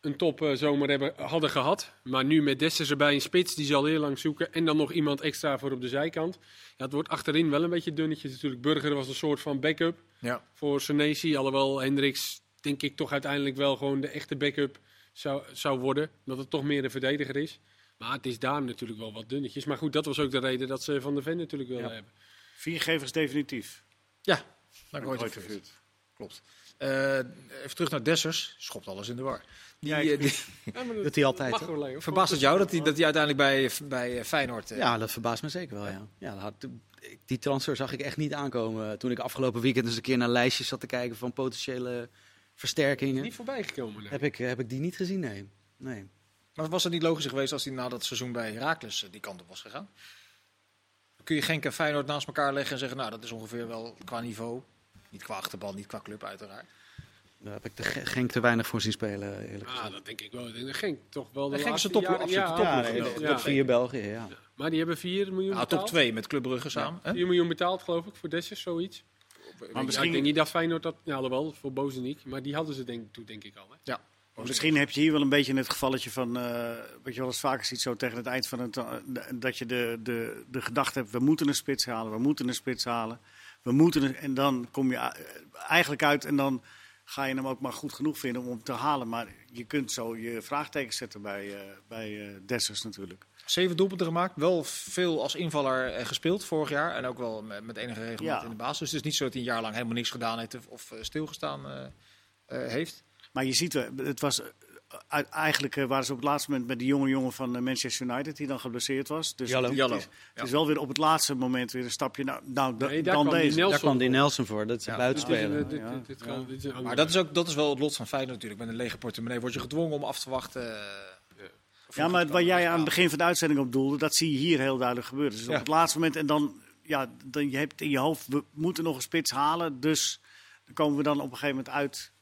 [SPEAKER 2] een top eh, zomer hebben, hadden gehad. Maar nu met Dessers erbij een spits, die zal heel lang zoeken. En dan nog iemand extra voor op de zijkant. Ja, het wordt achterin wel een beetje dunnetjes natuurlijk. Burger was een soort van backup
[SPEAKER 1] Ja.
[SPEAKER 2] voor Senesi. Alhoewel Hendricks, denk ik, toch uiteindelijk wel gewoon de echte backup zou, zou worden. Dat het toch meer een verdediger is. Maar het is daar natuurlijk wel wat dunnetjes. Maar goed, dat was ook de reden dat ze Van der Ven natuurlijk wilden
[SPEAKER 4] Ja.
[SPEAKER 2] hebben.
[SPEAKER 3] Viergevers definitief.
[SPEAKER 1] Ja, dan
[SPEAKER 3] Nooit
[SPEAKER 1] hoort het
[SPEAKER 3] vervuurd.
[SPEAKER 1] Klopt. Eh, even terug naar Dessers. Schopt alles in de war. Die,
[SPEAKER 3] Ja,
[SPEAKER 1] eh,
[SPEAKER 3] ik-
[SPEAKER 1] die-
[SPEAKER 2] Ja, maar
[SPEAKER 4] Dat hij altijd,
[SPEAKER 2] mag
[SPEAKER 4] hè?
[SPEAKER 2] gewoon, Leo.
[SPEAKER 1] verbaast het jou dat hij dat hij uiteindelijk bij, bij eh, Feyenoord... eh,
[SPEAKER 4] Ja, dat verbaast me zeker wel. Ja. Ja, dat had- ik- die transfer zag ik echt niet aankomen. eh, Toen ik afgelopen weekend eens een keer naar lijstjes zat te kijken van potentiële versterkingen.
[SPEAKER 2] Niet voorbij gekomen. nee.
[SPEAKER 4] Heb ik, heb ik die niet gezien, nee. nee.
[SPEAKER 1] Maar was het niet logischer geweest als hij na dat seizoen bij Heracles eh, die kant op was gegaan? Kun je Genk en Feyenoord naast elkaar leggen en zeggen... nou, dat is ongeveer wel qua niveau. Niet qua achterban, niet qua club uiteraard.
[SPEAKER 4] Daar heb ik de Ge- Genk te weinig voor zien spelen, eerlijk
[SPEAKER 2] Ah,
[SPEAKER 4] gezegd.
[SPEAKER 2] dat denk ik wel. Ik denk dat Genk toch wel de
[SPEAKER 1] Genk is
[SPEAKER 2] laatste
[SPEAKER 1] een top-
[SPEAKER 2] jaren-
[SPEAKER 1] absolute
[SPEAKER 2] ja,
[SPEAKER 1] top-
[SPEAKER 2] ja,
[SPEAKER 1] nee,
[SPEAKER 2] ja,
[SPEAKER 1] nee,
[SPEAKER 2] ja.
[SPEAKER 4] Top 4 België, ja.
[SPEAKER 2] Maar die hebben 4 miljoen
[SPEAKER 1] Ja,
[SPEAKER 2] betaald.
[SPEAKER 1] Nou, top 2 met Club Brugge samen. hè?
[SPEAKER 2] 4 miljoen betaald, geloof ik, voor Dessers, zoiets.
[SPEAKER 3] Maar
[SPEAKER 2] Ja, ik
[SPEAKER 3] misschien,
[SPEAKER 2] denk niet dat Feyenoord dat... Ja, alhoewel, voor Bozeniek. Maar die hadden ze denk, toen denk ik al. Hè.
[SPEAKER 1] Ja.
[SPEAKER 3] misschien heb je hier wel een beetje het gevalletje van, eh, wat je wel eens vaker ziet zo tegen het eind van het, eh, dat je de, de, de gedachte hebt, we moeten een spits halen, we moeten een spits halen. We moeten een- en dan kom je eh, eigenlijk uit en dan ga je hem ook maar goed genoeg vinden om hem te halen. Maar je kunt zo je vraagtekens zetten bij, eh, bij eh Dessers natuurlijk.
[SPEAKER 1] Zeven doelpunten gemaakt. Wel veel als invaller eh, gespeeld vorig jaar. En ook wel me- met enige regelmaat
[SPEAKER 3] Ja.
[SPEAKER 1] in de basis. Dus het is niet zo dat hij een jaar lang helemaal niks gedaan heeft of, of eh, stilgestaan eh, eh, heeft.
[SPEAKER 3] Maar je ziet, wel, het was, eh, uit- eigenlijk eh, waren ze op het laatste moment met die jonge jongen van eh, Manchester United die dan geblesseerd was. Dus
[SPEAKER 4] Jallo.
[SPEAKER 3] Het,
[SPEAKER 1] Jallo,
[SPEAKER 3] Het, is,
[SPEAKER 1] ja.
[SPEAKER 3] het is wel weer op het laatste moment weer een stapje. Nou, nou da-
[SPEAKER 2] Nee, daar
[SPEAKER 3] dan
[SPEAKER 2] kwam die
[SPEAKER 3] deze.
[SPEAKER 2] Nelson
[SPEAKER 4] Daar kwam die
[SPEAKER 2] op.
[SPEAKER 4] Nelson voor, dat is een
[SPEAKER 1] Ja.
[SPEAKER 4] buitenspeler.
[SPEAKER 2] Dit is een-
[SPEAKER 3] Ja.
[SPEAKER 2] dit- dit kan- dit is een andere-
[SPEAKER 1] Maar dat is, ook, dat is wel het lot van Feyenoord natuurlijk. Met een lege portemonnee word je gedwongen om af te wachten. eh, of je
[SPEAKER 3] Ja,
[SPEAKER 1] goed
[SPEAKER 3] maar
[SPEAKER 1] kan
[SPEAKER 3] waar jij aan
[SPEAKER 1] resultaten.
[SPEAKER 3] het begin van de uitzending op doelde, dat zie je hier heel duidelijk gebeuren. Dus
[SPEAKER 1] Ja.
[SPEAKER 3] op het laatste moment en dan, ja, dan je hebt in je hoofd, we moeten nog een spits halen. Dus dan komen we dan op een gegeven moment uit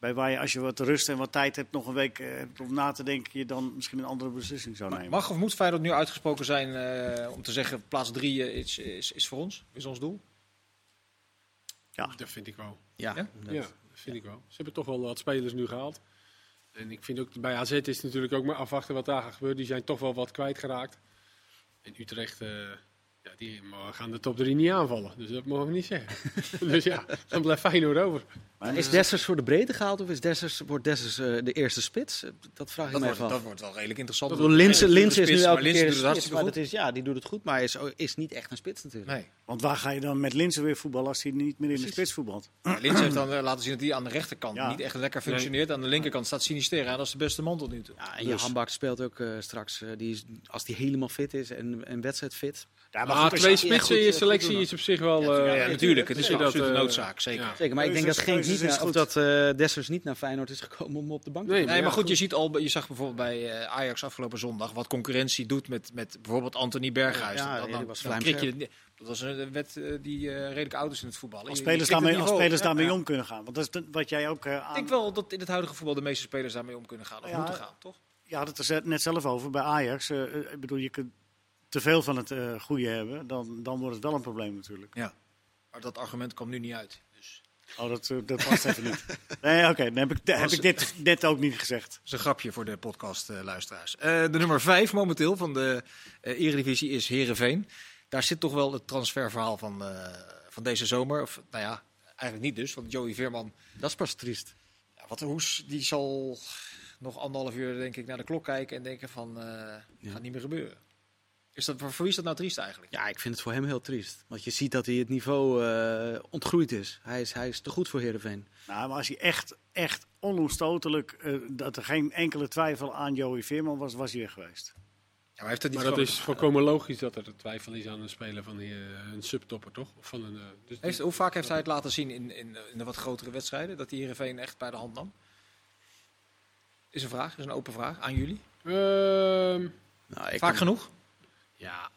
[SPEAKER 3] bij waar je, als je wat rust en wat tijd hebt, nog een week eh, hebt om na te denken, je dan misschien een andere beslissing zou nemen.
[SPEAKER 1] Mag of moet Feyenoord nu uitgesproken zijn eh, om te zeggen plaats drie eh, is, is, is voor ons, is ons doel?
[SPEAKER 2] Dat vind ik wel.
[SPEAKER 4] Ja,
[SPEAKER 1] Ja?
[SPEAKER 4] dat-
[SPEAKER 2] ja, dat vind ik wel. Ze hebben toch wel wat spelers nu gehaald. En ik vind ook bij AZ is het natuurlijk ook maar afwachten wat daar gaat gebeuren. Die zijn toch wel wat kwijtgeraakt. En Utrecht, eh, ja, die maar gaan de top 3 niet aanvallen. Dus dat mogen we niet zeggen. dus ja, dan blijft Feyenoord over.
[SPEAKER 3] Maar
[SPEAKER 1] Eh,
[SPEAKER 4] Is Dessers voor de breedte gehaald of is Dessers, wordt Dessers eh, de eerste spits? Eh, Dat vraag ik
[SPEAKER 1] Dat
[SPEAKER 4] me
[SPEAKER 1] wordt,
[SPEAKER 4] even
[SPEAKER 1] dat
[SPEAKER 4] af.
[SPEAKER 1] wordt wel redelijk interessant.
[SPEAKER 4] Ik bedoel, Linse,
[SPEAKER 1] Ja,
[SPEAKER 4] Linse is
[SPEAKER 1] spits,
[SPEAKER 4] nu
[SPEAKER 1] maar
[SPEAKER 4] elke
[SPEAKER 1] Linse
[SPEAKER 4] keer een
[SPEAKER 1] doet het
[SPEAKER 4] spits,
[SPEAKER 1] hartstikke
[SPEAKER 4] maar dat is, ja, die doet het goed, maar is, is niet echt een spits natuurlijk.
[SPEAKER 1] Nee.
[SPEAKER 3] Want waar ga je dan met Linsen weer voetballen als hij niet meer in de spits voetbalt?
[SPEAKER 1] Maar Linse heeft dan eh, laten zien dat hij aan de rechterkant
[SPEAKER 3] Ja.
[SPEAKER 1] niet echt lekker functioneert. Aan de linkerkant staat Sinisterra. en Dat is de beste man tot nu toe.
[SPEAKER 4] Ja, en je handbak speelt ook eh, straks, eh, die is, als die helemaal fit is en, en wedstrijdfit.
[SPEAKER 3] Ja,
[SPEAKER 2] Maar
[SPEAKER 3] goed, als
[SPEAKER 2] Ah, twee
[SPEAKER 3] je-
[SPEAKER 2] spitsen
[SPEAKER 4] goed,
[SPEAKER 2] in
[SPEAKER 4] eh,
[SPEAKER 2] je
[SPEAKER 4] goed
[SPEAKER 2] selectie
[SPEAKER 4] doen
[SPEAKER 2] is op zich wel... eh,
[SPEAKER 1] Ja,
[SPEAKER 4] ja,
[SPEAKER 1] natuurlijk. Het is een
[SPEAKER 2] dat,
[SPEAKER 1] absolute
[SPEAKER 2] eh,
[SPEAKER 1] noodzaak, zeker.
[SPEAKER 2] ja.
[SPEAKER 4] Zeker, maar ik denk
[SPEAKER 3] Keuzes-
[SPEAKER 4] dat, Genk
[SPEAKER 3] keuzes
[SPEAKER 4] niet
[SPEAKER 3] is
[SPEAKER 4] naar, of
[SPEAKER 3] goed.
[SPEAKER 4] dat eh, Dessers niet naar Feyenoord is gekomen om op de bank te
[SPEAKER 2] Nee,
[SPEAKER 4] zitten.
[SPEAKER 1] Nee, maar
[SPEAKER 2] Ja,
[SPEAKER 1] goed, je, ziet al, je zag bijvoorbeeld bij eh, Ajax afgelopen zondag wat concurrentie doet met, met bijvoorbeeld Anthony Berghuis.
[SPEAKER 4] Ja,
[SPEAKER 1] Dat-
[SPEAKER 4] die
[SPEAKER 1] dan, dan,
[SPEAKER 4] was
[SPEAKER 1] krik je,
[SPEAKER 4] vlijmscherp.
[SPEAKER 1] het niet. dat was een wet eh, die eh, redelijk oud is in het voetbal.
[SPEAKER 3] Als
[SPEAKER 1] Je- je
[SPEAKER 3] spelers,
[SPEAKER 1] krikt het
[SPEAKER 3] daarmee, als
[SPEAKER 1] niveau.
[SPEAKER 3] spelers
[SPEAKER 1] Ja.
[SPEAKER 3] daarmee om kunnen gaan. Want dat is de- wat jij ook eh,
[SPEAKER 1] Ik
[SPEAKER 3] aan.
[SPEAKER 1] denk wel dat in het huidige voetbal de meeste spelers daarmee om kunnen gaan. Of
[SPEAKER 3] Ja.
[SPEAKER 1] moeten gaan, toch?
[SPEAKER 3] Je had het er ze- net zelf over bij Ajax. Eh, eh, ik bedoel, je kunt te veel van het eh, goede hebben. Dan, dan wordt het wel een probleem natuurlijk.
[SPEAKER 1] Maar dat argument kwam nu niet uit. Dus.
[SPEAKER 3] Oh, dat, eh, dat past even niet. Nee, oké. dan heb ik, dan heb ik dit net ook niet gezegd.
[SPEAKER 1] Dat is een grapje voor de podcastluisteraars. Eh, de nummer vijf momenteel van de eh, Eredivisie is Herenveen. Daar zit toch wel het transferverhaal van, eh, van deze zomer. Of, nou ja, eigenlijk niet dus, want Joey Veerman
[SPEAKER 4] Dat is pas triest.
[SPEAKER 1] Ja, wat de hoes, die zal nog anderhalf uur denk ik naar de klok kijken en denken van, eh gaat niet meer gebeuren. Is dat, voor voor wie is dat nou triest eigenlijk?
[SPEAKER 4] Ja, ik vind het voor hem heel triest. Want je ziet dat hij het niveau eh, ontgroeid is. Hij, is. hij is te goed voor Heerenveen.
[SPEAKER 3] Nou, maar als hij echt, echt onomstotelijk... eh, dat er geen enkele twijfel aan Joey Veerman was, was hij weg geweest.
[SPEAKER 1] Ja, maar heeft dat niet
[SPEAKER 2] Maar dat
[SPEAKER 1] gewoon-
[SPEAKER 2] is volkomen logisch dat er twijfel is aan een speler van die, eh, een subtopper, toch? Of van een, eh, dus
[SPEAKER 1] Heeft, hoe vaak heeft hij het laten zien in, in, in de wat grotere wedstrijden, dat hij Heerenveen echt bij de hand nam? Is een vraag, is een open vraag aan jullie.
[SPEAKER 2] Ehm,
[SPEAKER 4] Nou,
[SPEAKER 1] Vaak
[SPEAKER 4] ik kan-
[SPEAKER 1] genoeg?
[SPEAKER 2] ja.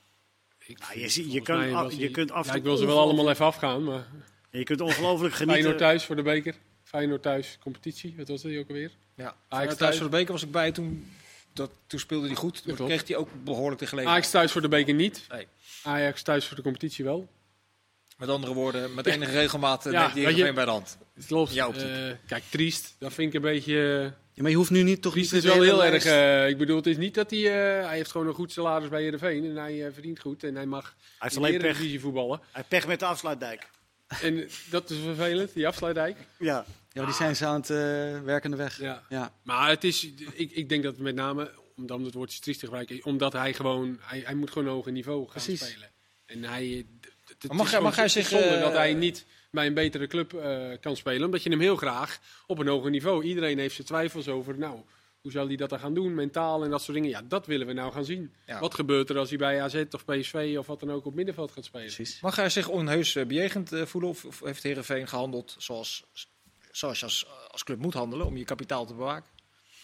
[SPEAKER 2] Ik
[SPEAKER 3] Nou,
[SPEAKER 2] vind-
[SPEAKER 3] je ziet- je
[SPEAKER 2] volgens
[SPEAKER 3] kan
[SPEAKER 2] mij
[SPEAKER 3] af-
[SPEAKER 2] was
[SPEAKER 3] je
[SPEAKER 2] hij-
[SPEAKER 3] kunt af-
[SPEAKER 2] Ja, ik wil ze wel allemaal even afgaan, maar...
[SPEAKER 3] En je kunt ongelooflijk
[SPEAKER 2] Feyenoord
[SPEAKER 3] genieten.
[SPEAKER 2] thuis voor de beker. Feyenoord thuis competitie. Wat was dat ook alweer?
[SPEAKER 1] Ja.
[SPEAKER 2] thuis.
[SPEAKER 1] Ajax thuis voor de beker was ik bij toen, dat, toen speelde hij goed. Toen
[SPEAKER 2] Ja, klopt.
[SPEAKER 1] kreeg hij ook behoorlijk de gelegenheid.
[SPEAKER 2] Ajax thuis voor de beker niet.
[SPEAKER 1] Nee.
[SPEAKER 2] Ajax thuis voor de competitie wel.
[SPEAKER 1] Met andere woorden, met enige regelmaat eh,
[SPEAKER 2] Ja,
[SPEAKER 1] neemt hij
[SPEAKER 2] weet je-
[SPEAKER 1] Heerenveen bij de hand.
[SPEAKER 2] Het klopt.
[SPEAKER 1] Jouw optiek.
[SPEAKER 2] Eh, kijk, triest. Dat vind ik een beetje... eh,
[SPEAKER 4] Ja, maar je hoeft nu niet toch
[SPEAKER 2] triest
[SPEAKER 4] niet
[SPEAKER 2] is
[SPEAKER 4] met
[SPEAKER 2] wel
[SPEAKER 4] de
[SPEAKER 2] heel
[SPEAKER 4] hele
[SPEAKER 2] erg...
[SPEAKER 4] lijst-
[SPEAKER 2] eh, ik bedoel, het is niet dat hij... eh, hij heeft gewoon een goed salaris bij Heerenveen. En hij eh, verdient goed. En hij mag
[SPEAKER 3] Hij heeft
[SPEAKER 2] in
[SPEAKER 3] alleen
[SPEAKER 2] de
[SPEAKER 3] pech. Hij
[SPEAKER 2] divisie voetballen.
[SPEAKER 3] heeft pech met de afsluitdijk.
[SPEAKER 2] En dat is vervelend, die afsluitdijk.
[SPEAKER 3] Ja,
[SPEAKER 4] Ja, maar die zijn ze aan het eh, werkende weg.
[SPEAKER 2] Ja.
[SPEAKER 4] Ja.
[SPEAKER 2] Maar het is, ik, ik denk dat met name, om dan het woordje triest te gebruiken, omdat hij gewoon, hij, hij moet gewoon een hoger niveau gaan
[SPEAKER 4] Precies.
[SPEAKER 2] spelen. En hij, eh, d- d- het
[SPEAKER 1] Maar mag
[SPEAKER 2] is
[SPEAKER 1] hij-
[SPEAKER 2] gewoon
[SPEAKER 1] mag hij
[SPEAKER 2] zo-
[SPEAKER 1] zich,
[SPEAKER 2] zonde
[SPEAKER 1] eh,
[SPEAKER 2] dat hij niet bij een betere club eh, kan spelen, omdat je hem heel graag op een hoger niveau. Iedereen heeft zijn twijfels over, nou, hoe zal hij dat dan gaan doen, mentaal en dat soort dingen. Ja, dat willen we nou gaan zien.
[SPEAKER 1] Ja.
[SPEAKER 2] Wat gebeurt er als hij bij AZ of PSV of wat dan ook op middenveld gaat spelen?
[SPEAKER 4] Precies.
[SPEAKER 1] Mag hij zich onheus eh, bejegend eh, voelen of, of heeft Herenveen gehandeld zoals, zoals je als, als club moet handelen om je kapitaal te bewaken?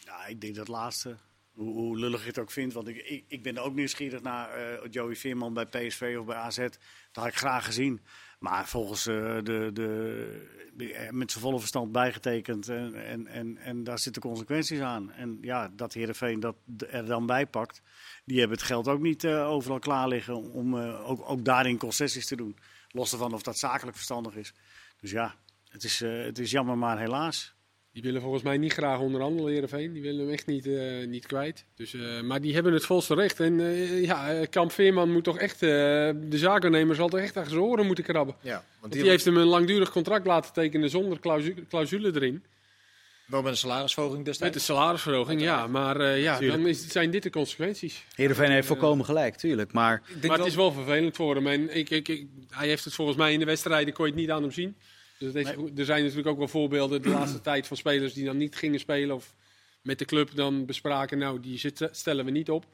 [SPEAKER 3] nou, ik denk dat laatste. Hoe, hoe lullig ik het ook vind. Want ik, ik, ik ben ook nieuwsgierig naar eh, Joey Veerman bij PSV of bij AZ. Dat had ik graag gezien. Maar volgens eh, de, de, de- eh, met zijn volle verstand bijgetekend. En, en, en, en daar zitten consequenties aan. En ja, dat Heerenveen dat d- er dan bij pakt. Die hebben het geld ook niet eh, overal klaar liggen om, om eh, ook, ook daarin concessies te doen. Los ervan of dat zakelijk verstandig is. Dus ja, het is, eh, het is jammer, maar helaas.
[SPEAKER 2] Die willen volgens mij niet graag onderhandelen, Heerenveen. Die willen hem echt niet, eh, niet kwijt. Dus, eh, maar die hebben het volste recht. En eh, ja, eh, Kamp Veerman moet toch echt... eh, de zakennemer zal toch echt achter zijn oren moeten krabben.
[SPEAKER 1] Ja,
[SPEAKER 2] Want
[SPEAKER 1] want
[SPEAKER 2] die heeft hem een langdurig contract laten tekenen zonder clausu- clausule erin.
[SPEAKER 1] wel met een salarisverhoging
[SPEAKER 2] Met de
[SPEAKER 1] destijds.
[SPEAKER 2] salarisverhoging, ja. Maar eh, ja,
[SPEAKER 4] Tuurlijk.
[SPEAKER 2] dan is, zijn dit de consequenties.
[SPEAKER 4] Heerenveen heeft
[SPEAKER 2] eh,
[SPEAKER 4] volkomen gelijk, tuurlijk. Maar
[SPEAKER 1] Ik denk
[SPEAKER 2] Maar
[SPEAKER 1] wel-
[SPEAKER 2] het is wel vervelend voor hem. En ik, ik, ik- hij heeft het volgens mij in de wedstrijden, kon je het niet aan hem zien. Dus het heeft- Er zijn natuurlijk ook wel voorbeelden de laatste tijd van spelers die dan niet gingen spelen. Of met de club dan bespraken, nou die zit- stellen we niet op.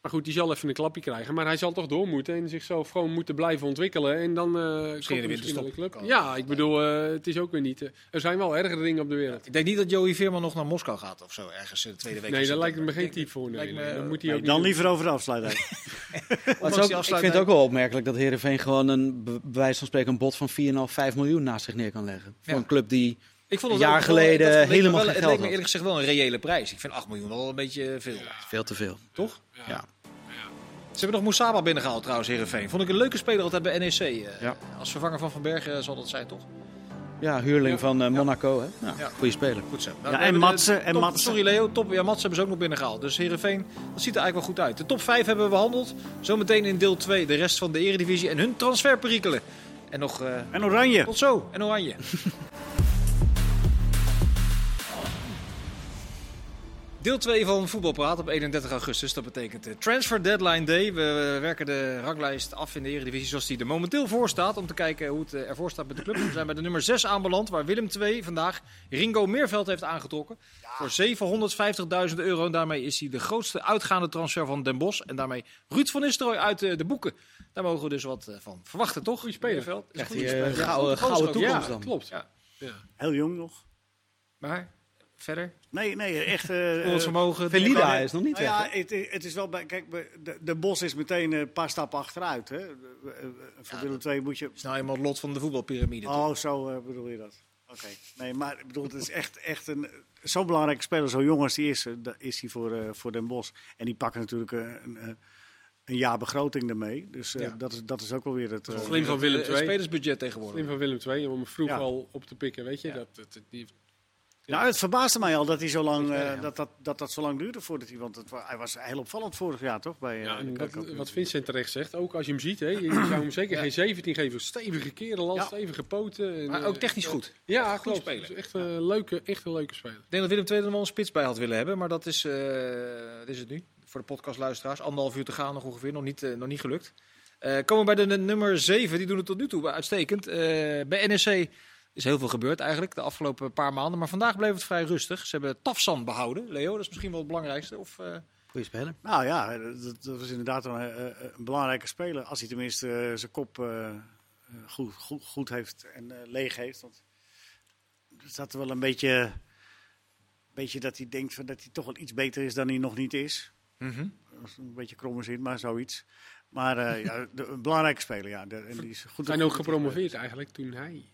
[SPEAKER 2] Maar goed, die zal even een klapje krijgen. Maar hij zal toch door moeten en zichzelf gewoon moeten blijven ontwikkelen. En dan eh komt
[SPEAKER 1] in
[SPEAKER 2] er
[SPEAKER 1] de Oh.
[SPEAKER 2] misschien wel een
[SPEAKER 1] winterstop.
[SPEAKER 2] club. Ja, ik bedoel, eh, het is ook weer niet. eh, er zijn wel ergere dingen op de wereld.
[SPEAKER 1] Ik denk niet dat Joey Veerman nog naar Moskou gaat of zo, ergens in de tweede week.
[SPEAKER 2] Nee,
[SPEAKER 1] van
[SPEAKER 2] daar lijkt het me
[SPEAKER 1] september.
[SPEAKER 2] geen
[SPEAKER 1] Ik denk-
[SPEAKER 2] type
[SPEAKER 1] lijkt
[SPEAKER 2] voor. nee,
[SPEAKER 1] me-
[SPEAKER 2] nee. Dan moet hij
[SPEAKER 3] Nee,
[SPEAKER 2] ook
[SPEAKER 3] dan
[SPEAKER 2] niet-
[SPEAKER 3] liever over de afsluiting.
[SPEAKER 4] Maar het
[SPEAKER 1] Ondanks
[SPEAKER 4] is
[SPEAKER 1] die
[SPEAKER 4] ook, ik
[SPEAKER 1] afsluitdijk-
[SPEAKER 4] vind het ook wel opmerkelijk dat Heerenveen gewoon een be- bij wijze van spreken een bod van 4,5, 5 miljoen naast zich neer kan leggen. Voor
[SPEAKER 1] Ja.
[SPEAKER 4] een club die...
[SPEAKER 1] Ik vond
[SPEAKER 4] Een
[SPEAKER 1] ook-
[SPEAKER 4] jaar geleden
[SPEAKER 1] dat leek me
[SPEAKER 4] helemaal
[SPEAKER 1] wel-
[SPEAKER 4] geen
[SPEAKER 1] Het
[SPEAKER 4] geld
[SPEAKER 1] leek me
[SPEAKER 4] had.
[SPEAKER 1] eerlijk gezegd wel een reële prijs. Ik vind 8 miljoen wel een beetje veel.
[SPEAKER 4] Veel te veel.
[SPEAKER 1] Toch?
[SPEAKER 2] Ja.
[SPEAKER 4] Ja.
[SPEAKER 1] Ze hebben nog Moussaba binnengehaald trouwens, Heerenveen. Vond ik een leuke speler altijd bij NEC. eh,
[SPEAKER 4] Ja.
[SPEAKER 1] Als vervanger van Van Bergen eh, zal dat zijn, toch?
[SPEAKER 4] Ja, huurling
[SPEAKER 2] Ja.
[SPEAKER 4] van eh, Monaco. Hè? Ja,
[SPEAKER 1] Ja.
[SPEAKER 4] Goede speler.
[SPEAKER 1] Goed zo. Nou,
[SPEAKER 3] Ja,
[SPEAKER 1] we
[SPEAKER 3] en
[SPEAKER 1] hebben de
[SPEAKER 3] Matsen, en
[SPEAKER 1] top-
[SPEAKER 3] Matsen.
[SPEAKER 1] Sorry Leo, top, ja, Matsen hebben ze ook nog binnengehaald. Dus Heerenveen, dat ziet er eigenlijk wel goed uit. De top 5 hebben we behandeld. Zometeen in deel 2 de rest van de eredivisie en hun transferperikelen. En nog eh,
[SPEAKER 3] En Oranje.
[SPEAKER 1] tot zo, en oranje. Deel 2 van Voetbalpraat op 31 augustus. Dat betekent de Transfer Deadline Day. We eh, werken de ranglijst af in de Eredivisie zoals die er momenteel voor staat. Om te kijken hoe het eh, ervoor staat met de club. We zijn bij de nummer 6 aanbeland. Waar Willem 2 vandaag Ringo Meerveld heeft aangetrokken. Voor 750.000 euro. En daarmee is hij de grootste uitgaande transfer van Den Bosch. En daarmee Ruud van Nistelrooy uit eh, de boeken. Daar mogen we dus wat eh, van verwachten, toch? Goede
[SPEAKER 2] speler.
[SPEAKER 1] Is
[SPEAKER 4] Krijgt
[SPEAKER 1] goed.
[SPEAKER 4] hij eh, gouden, gouden toekomst
[SPEAKER 2] Ja,
[SPEAKER 4] dan.
[SPEAKER 2] klopt.
[SPEAKER 1] Ja.
[SPEAKER 3] Heel jong nog.
[SPEAKER 1] Maar verder,
[SPEAKER 3] Nee, nee, echt. eh,
[SPEAKER 1] voor het vermogen.
[SPEAKER 4] Velida is nog niet
[SPEAKER 3] Nou
[SPEAKER 4] weg.
[SPEAKER 3] ja,
[SPEAKER 4] hè?
[SPEAKER 3] het, i- het is wel bij. Kijk, bij- de, de Bos is meteen eh, een paar stappen achteruit. Hè? De- de- eh, Voor Willem II moet je.
[SPEAKER 1] is nou eenmaal het lot van de voetbalpyramide. toch?
[SPEAKER 3] Oh, zo eh, bedoel je dat. Oké. Nee, maar ik bedoel, het is echt, echt een. Zo'n belangrijke speler, zo jong als die is, eh, da- is hij voor, eh, voor Den Bos. En die pakken natuurlijk eh, een, eh, een jaar begroting ermee. Dus eh,
[SPEAKER 1] Ja.
[SPEAKER 3] dat, is, dat is ook wel weer het. eh,
[SPEAKER 2] Slim van Willem
[SPEAKER 1] Het, eh,
[SPEAKER 2] II.
[SPEAKER 1] spelersbudget
[SPEAKER 2] Slim
[SPEAKER 1] tegenwoordig.
[SPEAKER 2] van Willem II, om hem vroeg
[SPEAKER 3] Ja.
[SPEAKER 2] al op te pikken, weet je. Dat, dat, dat- die,
[SPEAKER 3] Nou, het verbaasde mij al dat hij zo lang, eh,
[SPEAKER 1] ja.
[SPEAKER 3] dat, dat, dat dat zo lang duurde voordat hij. Want het, wa- hij was heel opvallend vorig jaar, toch? Bij, eh,
[SPEAKER 2] ja,
[SPEAKER 3] de
[SPEAKER 2] en wat,
[SPEAKER 3] keukenkampioen.
[SPEAKER 2] wat Vincent terecht zegt, ook als je hem ziet, hè, je zou hem zeker geen 17 geven. Stevige kerel, al
[SPEAKER 3] Ja.
[SPEAKER 2] stevige poten. En,
[SPEAKER 1] Maar
[SPEAKER 2] eh,
[SPEAKER 1] ook technisch goed.
[SPEAKER 2] Ja,
[SPEAKER 1] Goede
[SPEAKER 2] klopt.
[SPEAKER 1] speler.
[SPEAKER 2] Dus echt, een leuke, echt een leuke speler.
[SPEAKER 1] Ik denk dat Willem II er nog wel een spits bij had willen hebben. Maar dat is, eh, wat is het nu. Voor de podcastluisteraars. Anderhalf uur te gaan nog ongeveer. Nog niet, eh, nog niet gelukt. Eh, komen we bij de n- nummer 7. Die doen het tot nu toe uitstekend. Eh, bij NEC is heel veel gebeurd eigenlijk. De afgelopen paar maanden. Maar vandaag bleef het vrij rustig. Ze hebben Tafsan behouden. Leo, dat is misschien wel het belangrijkste. Of, eh,
[SPEAKER 4] Goede speler.
[SPEAKER 3] Nou ja, dat, dat was inderdaad wel een, eh, een belangrijke speler. Als hij tenminste eh, zijn kop eh, eh, goed, goed, goed heeft en eh, leeg heeft. Want er zat er wel een beetje, een beetje dat hij denkt van dat hij toch wel iets beter is dan hij nog niet is.
[SPEAKER 1] Mhm.
[SPEAKER 3] Dat is Een beetje kromme zin, maar zoiets. Maar eh, ja, de, een belangrijke speler, ja. De, en die is goed
[SPEAKER 2] We zijn ook gepromoveerd eigenlijk toen hij,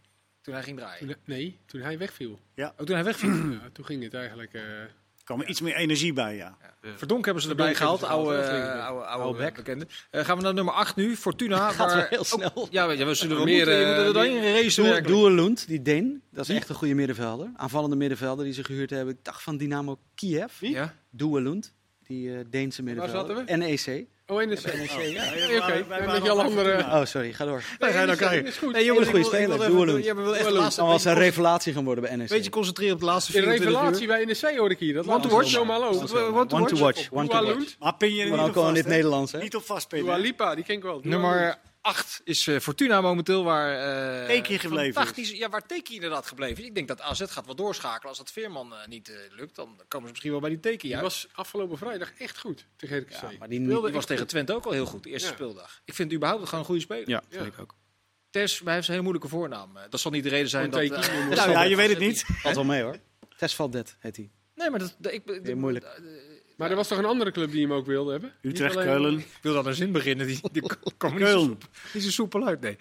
[SPEAKER 1] toen hij ging
[SPEAKER 2] toen
[SPEAKER 1] draaien.
[SPEAKER 2] hij- nee, toen hij wegviel.
[SPEAKER 1] Ook toen hij wegviel.
[SPEAKER 2] Ja, toen ging het eigenlijk... eh,
[SPEAKER 3] Er kwam iets meer energie bij, ja.
[SPEAKER 1] Verdonk hebben ze
[SPEAKER 2] Verdonk
[SPEAKER 1] erbij gehaald,
[SPEAKER 2] hebben ze
[SPEAKER 1] oude,
[SPEAKER 2] gehaald,
[SPEAKER 1] oude,
[SPEAKER 2] ja.
[SPEAKER 1] oude,
[SPEAKER 4] Oude
[SPEAKER 1] eh,
[SPEAKER 4] bek.
[SPEAKER 1] bekende. Eh, gaan we naar nummer 8 nu, Fortuna.
[SPEAKER 4] Gaat wel
[SPEAKER 1] waar-
[SPEAKER 4] heel snel.
[SPEAKER 1] Oh, ja, we, ja, we zullen wel
[SPEAKER 2] Meer,
[SPEAKER 1] moeten, je
[SPEAKER 2] eh,
[SPEAKER 1] moet er dan in racen
[SPEAKER 4] Doer-
[SPEAKER 1] werken.
[SPEAKER 4] Doerlund, die Deen, dat is echt een goede middenvelder. Aanvallende middenvelder die ze gehuurd hebben. Ik dacht van Dynamo Kiev.
[SPEAKER 1] Ja.
[SPEAKER 4] Doerlund, die eh, Deense middenvelder.
[SPEAKER 2] zaten
[SPEAKER 4] NEC.
[SPEAKER 2] Oh, NEC.
[SPEAKER 4] NEC, ja.
[SPEAKER 3] Wij
[SPEAKER 2] Oké,
[SPEAKER 3] waren-
[SPEAKER 2] dan
[SPEAKER 3] wij
[SPEAKER 2] heb
[SPEAKER 3] waren
[SPEAKER 2] je al
[SPEAKER 3] al
[SPEAKER 2] andere-
[SPEAKER 3] Fortuna.
[SPEAKER 4] Oh, sorry, ga door.
[SPEAKER 2] Nee,
[SPEAKER 4] Nee, nee,
[SPEAKER 2] dat is-
[SPEAKER 4] nee,
[SPEAKER 2] dat is goed.
[SPEAKER 4] je moet een goede speler, Woeloen.
[SPEAKER 1] Ja, maar wel echt
[SPEAKER 2] Woeloen.
[SPEAKER 1] laatste.
[SPEAKER 4] Dat was een
[SPEAKER 1] beetje
[SPEAKER 4] revelatie gaan worden bij NEC.
[SPEAKER 1] een beetje concentreren op de laatste
[SPEAKER 2] In
[SPEAKER 1] 24
[SPEAKER 2] revelatie
[SPEAKER 1] uur.
[SPEAKER 2] bij NEC hoor ik hier. Dat
[SPEAKER 1] Want
[SPEAKER 2] laat
[SPEAKER 1] to
[SPEAKER 2] ik
[SPEAKER 1] watch.
[SPEAKER 2] zomaar
[SPEAKER 1] Want
[SPEAKER 2] lopen.
[SPEAKER 1] want
[SPEAKER 4] One to watch, one to watch.
[SPEAKER 3] Maar pin je er
[SPEAKER 4] Maar
[SPEAKER 3] niet
[SPEAKER 4] dan
[SPEAKER 3] op
[SPEAKER 4] gewoon in
[SPEAKER 3] vast,
[SPEAKER 4] het
[SPEAKER 3] hè?
[SPEAKER 4] Nederlands, hè?
[SPEAKER 3] Niet op
[SPEAKER 2] Dua
[SPEAKER 3] vastpinnen.
[SPEAKER 2] Lipa, die ken ik wel. Dua Lipa.
[SPEAKER 1] Nummer 8 is eh, Fortuna momenteel waar... eh
[SPEAKER 3] Teki gebleven is.
[SPEAKER 1] fantastisch- Ja, waar Teki inderdaad gebleven is. Ik denk dat AZ gaat wel doorschakelen. Als dat Veerman eh, niet eh, lukt, dan komen ze misschien wel bij die Teki
[SPEAKER 2] Die
[SPEAKER 1] uit.
[SPEAKER 2] was afgelopen vrijdag echt goed tegen RKC.
[SPEAKER 4] Ja, maar die
[SPEAKER 1] Die
[SPEAKER 4] niet.
[SPEAKER 1] was tegen Twente ook al heel goed, de eerste
[SPEAKER 2] Ja.
[SPEAKER 1] speeldag. Ik vind überhaupt gewoon een goede speler.
[SPEAKER 4] Ja,
[SPEAKER 2] Ja.
[SPEAKER 4] vind ik ook.
[SPEAKER 1] Tess, maar hij heeft een hele moeilijke voornaam. Eh, Dat zal niet de reden zijn dat...
[SPEAKER 2] Teki
[SPEAKER 1] eh,
[SPEAKER 2] noemen we
[SPEAKER 1] nou,
[SPEAKER 2] het.
[SPEAKER 3] Ja, je weet het niet.
[SPEAKER 4] Valt wel mee, hoor. Tess Valdet heet hij.
[SPEAKER 1] Nee, maar dat, dat- ik,
[SPEAKER 4] Weer moeilijk.
[SPEAKER 2] Maar er was toch een andere club die hem ook wilde hebben?
[SPEAKER 3] Utrecht,
[SPEAKER 2] Niet alleen-
[SPEAKER 3] Keulen.
[SPEAKER 1] ik wil dat een zin beginnen. Die, die kwam niet zo,
[SPEAKER 3] Keulen.
[SPEAKER 1] niet zo soepel uit, nee.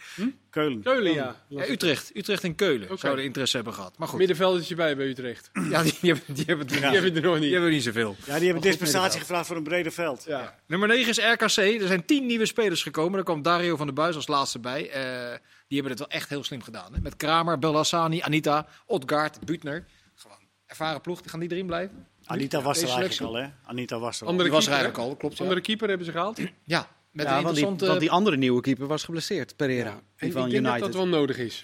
[SPEAKER 3] Keulen.
[SPEAKER 2] Keulen, ja.
[SPEAKER 1] Ja, Utrecht, Utrecht en Keulen
[SPEAKER 2] Oké.
[SPEAKER 1] zouden interesse hebben gehad. Maar goed,
[SPEAKER 2] Middenveldertje bij bij Utrecht. Die
[SPEAKER 1] ja, die, die hebben, die, hebben, die,
[SPEAKER 3] Ja.
[SPEAKER 1] hebben,
[SPEAKER 2] heb je er nog
[SPEAKER 1] die
[SPEAKER 2] niet.
[SPEAKER 1] hebben niet zoveel.
[SPEAKER 3] Ja, die hebben dispensatie gevraagd voor een breder veld.
[SPEAKER 2] Ja.
[SPEAKER 1] Nummer 9 is RKC. Er zijn 10 nieuwe spelers gekomen. Daar kwam Dario van der Buis als laatste bij. Eh, die hebben het wel echt heel slim gedaan. Hè? Met Kramer, Bellassani, Anita, Odgaard, Butner. Gewoon ervaren ploeg. Die gaan die erin blijven.
[SPEAKER 3] Anita was er
[SPEAKER 1] Deze
[SPEAKER 3] eigenlijk
[SPEAKER 1] selectie.
[SPEAKER 3] al, hè? Anita was er al.
[SPEAKER 2] Andere
[SPEAKER 1] die was er
[SPEAKER 2] keeper,
[SPEAKER 1] eigenlijk al, klopt. Ja,
[SPEAKER 2] Andere keeper hebben ze gehaald.
[SPEAKER 1] ja met
[SPEAKER 4] Ja,
[SPEAKER 1] een
[SPEAKER 4] want die,
[SPEAKER 1] interessante...
[SPEAKER 4] want die andere nieuwe keeper was geblesseerd, Pereira.
[SPEAKER 2] En
[SPEAKER 4] Die
[SPEAKER 2] ik
[SPEAKER 4] van
[SPEAKER 2] denk dat dat
[SPEAKER 4] United.
[SPEAKER 2] wel nodig is.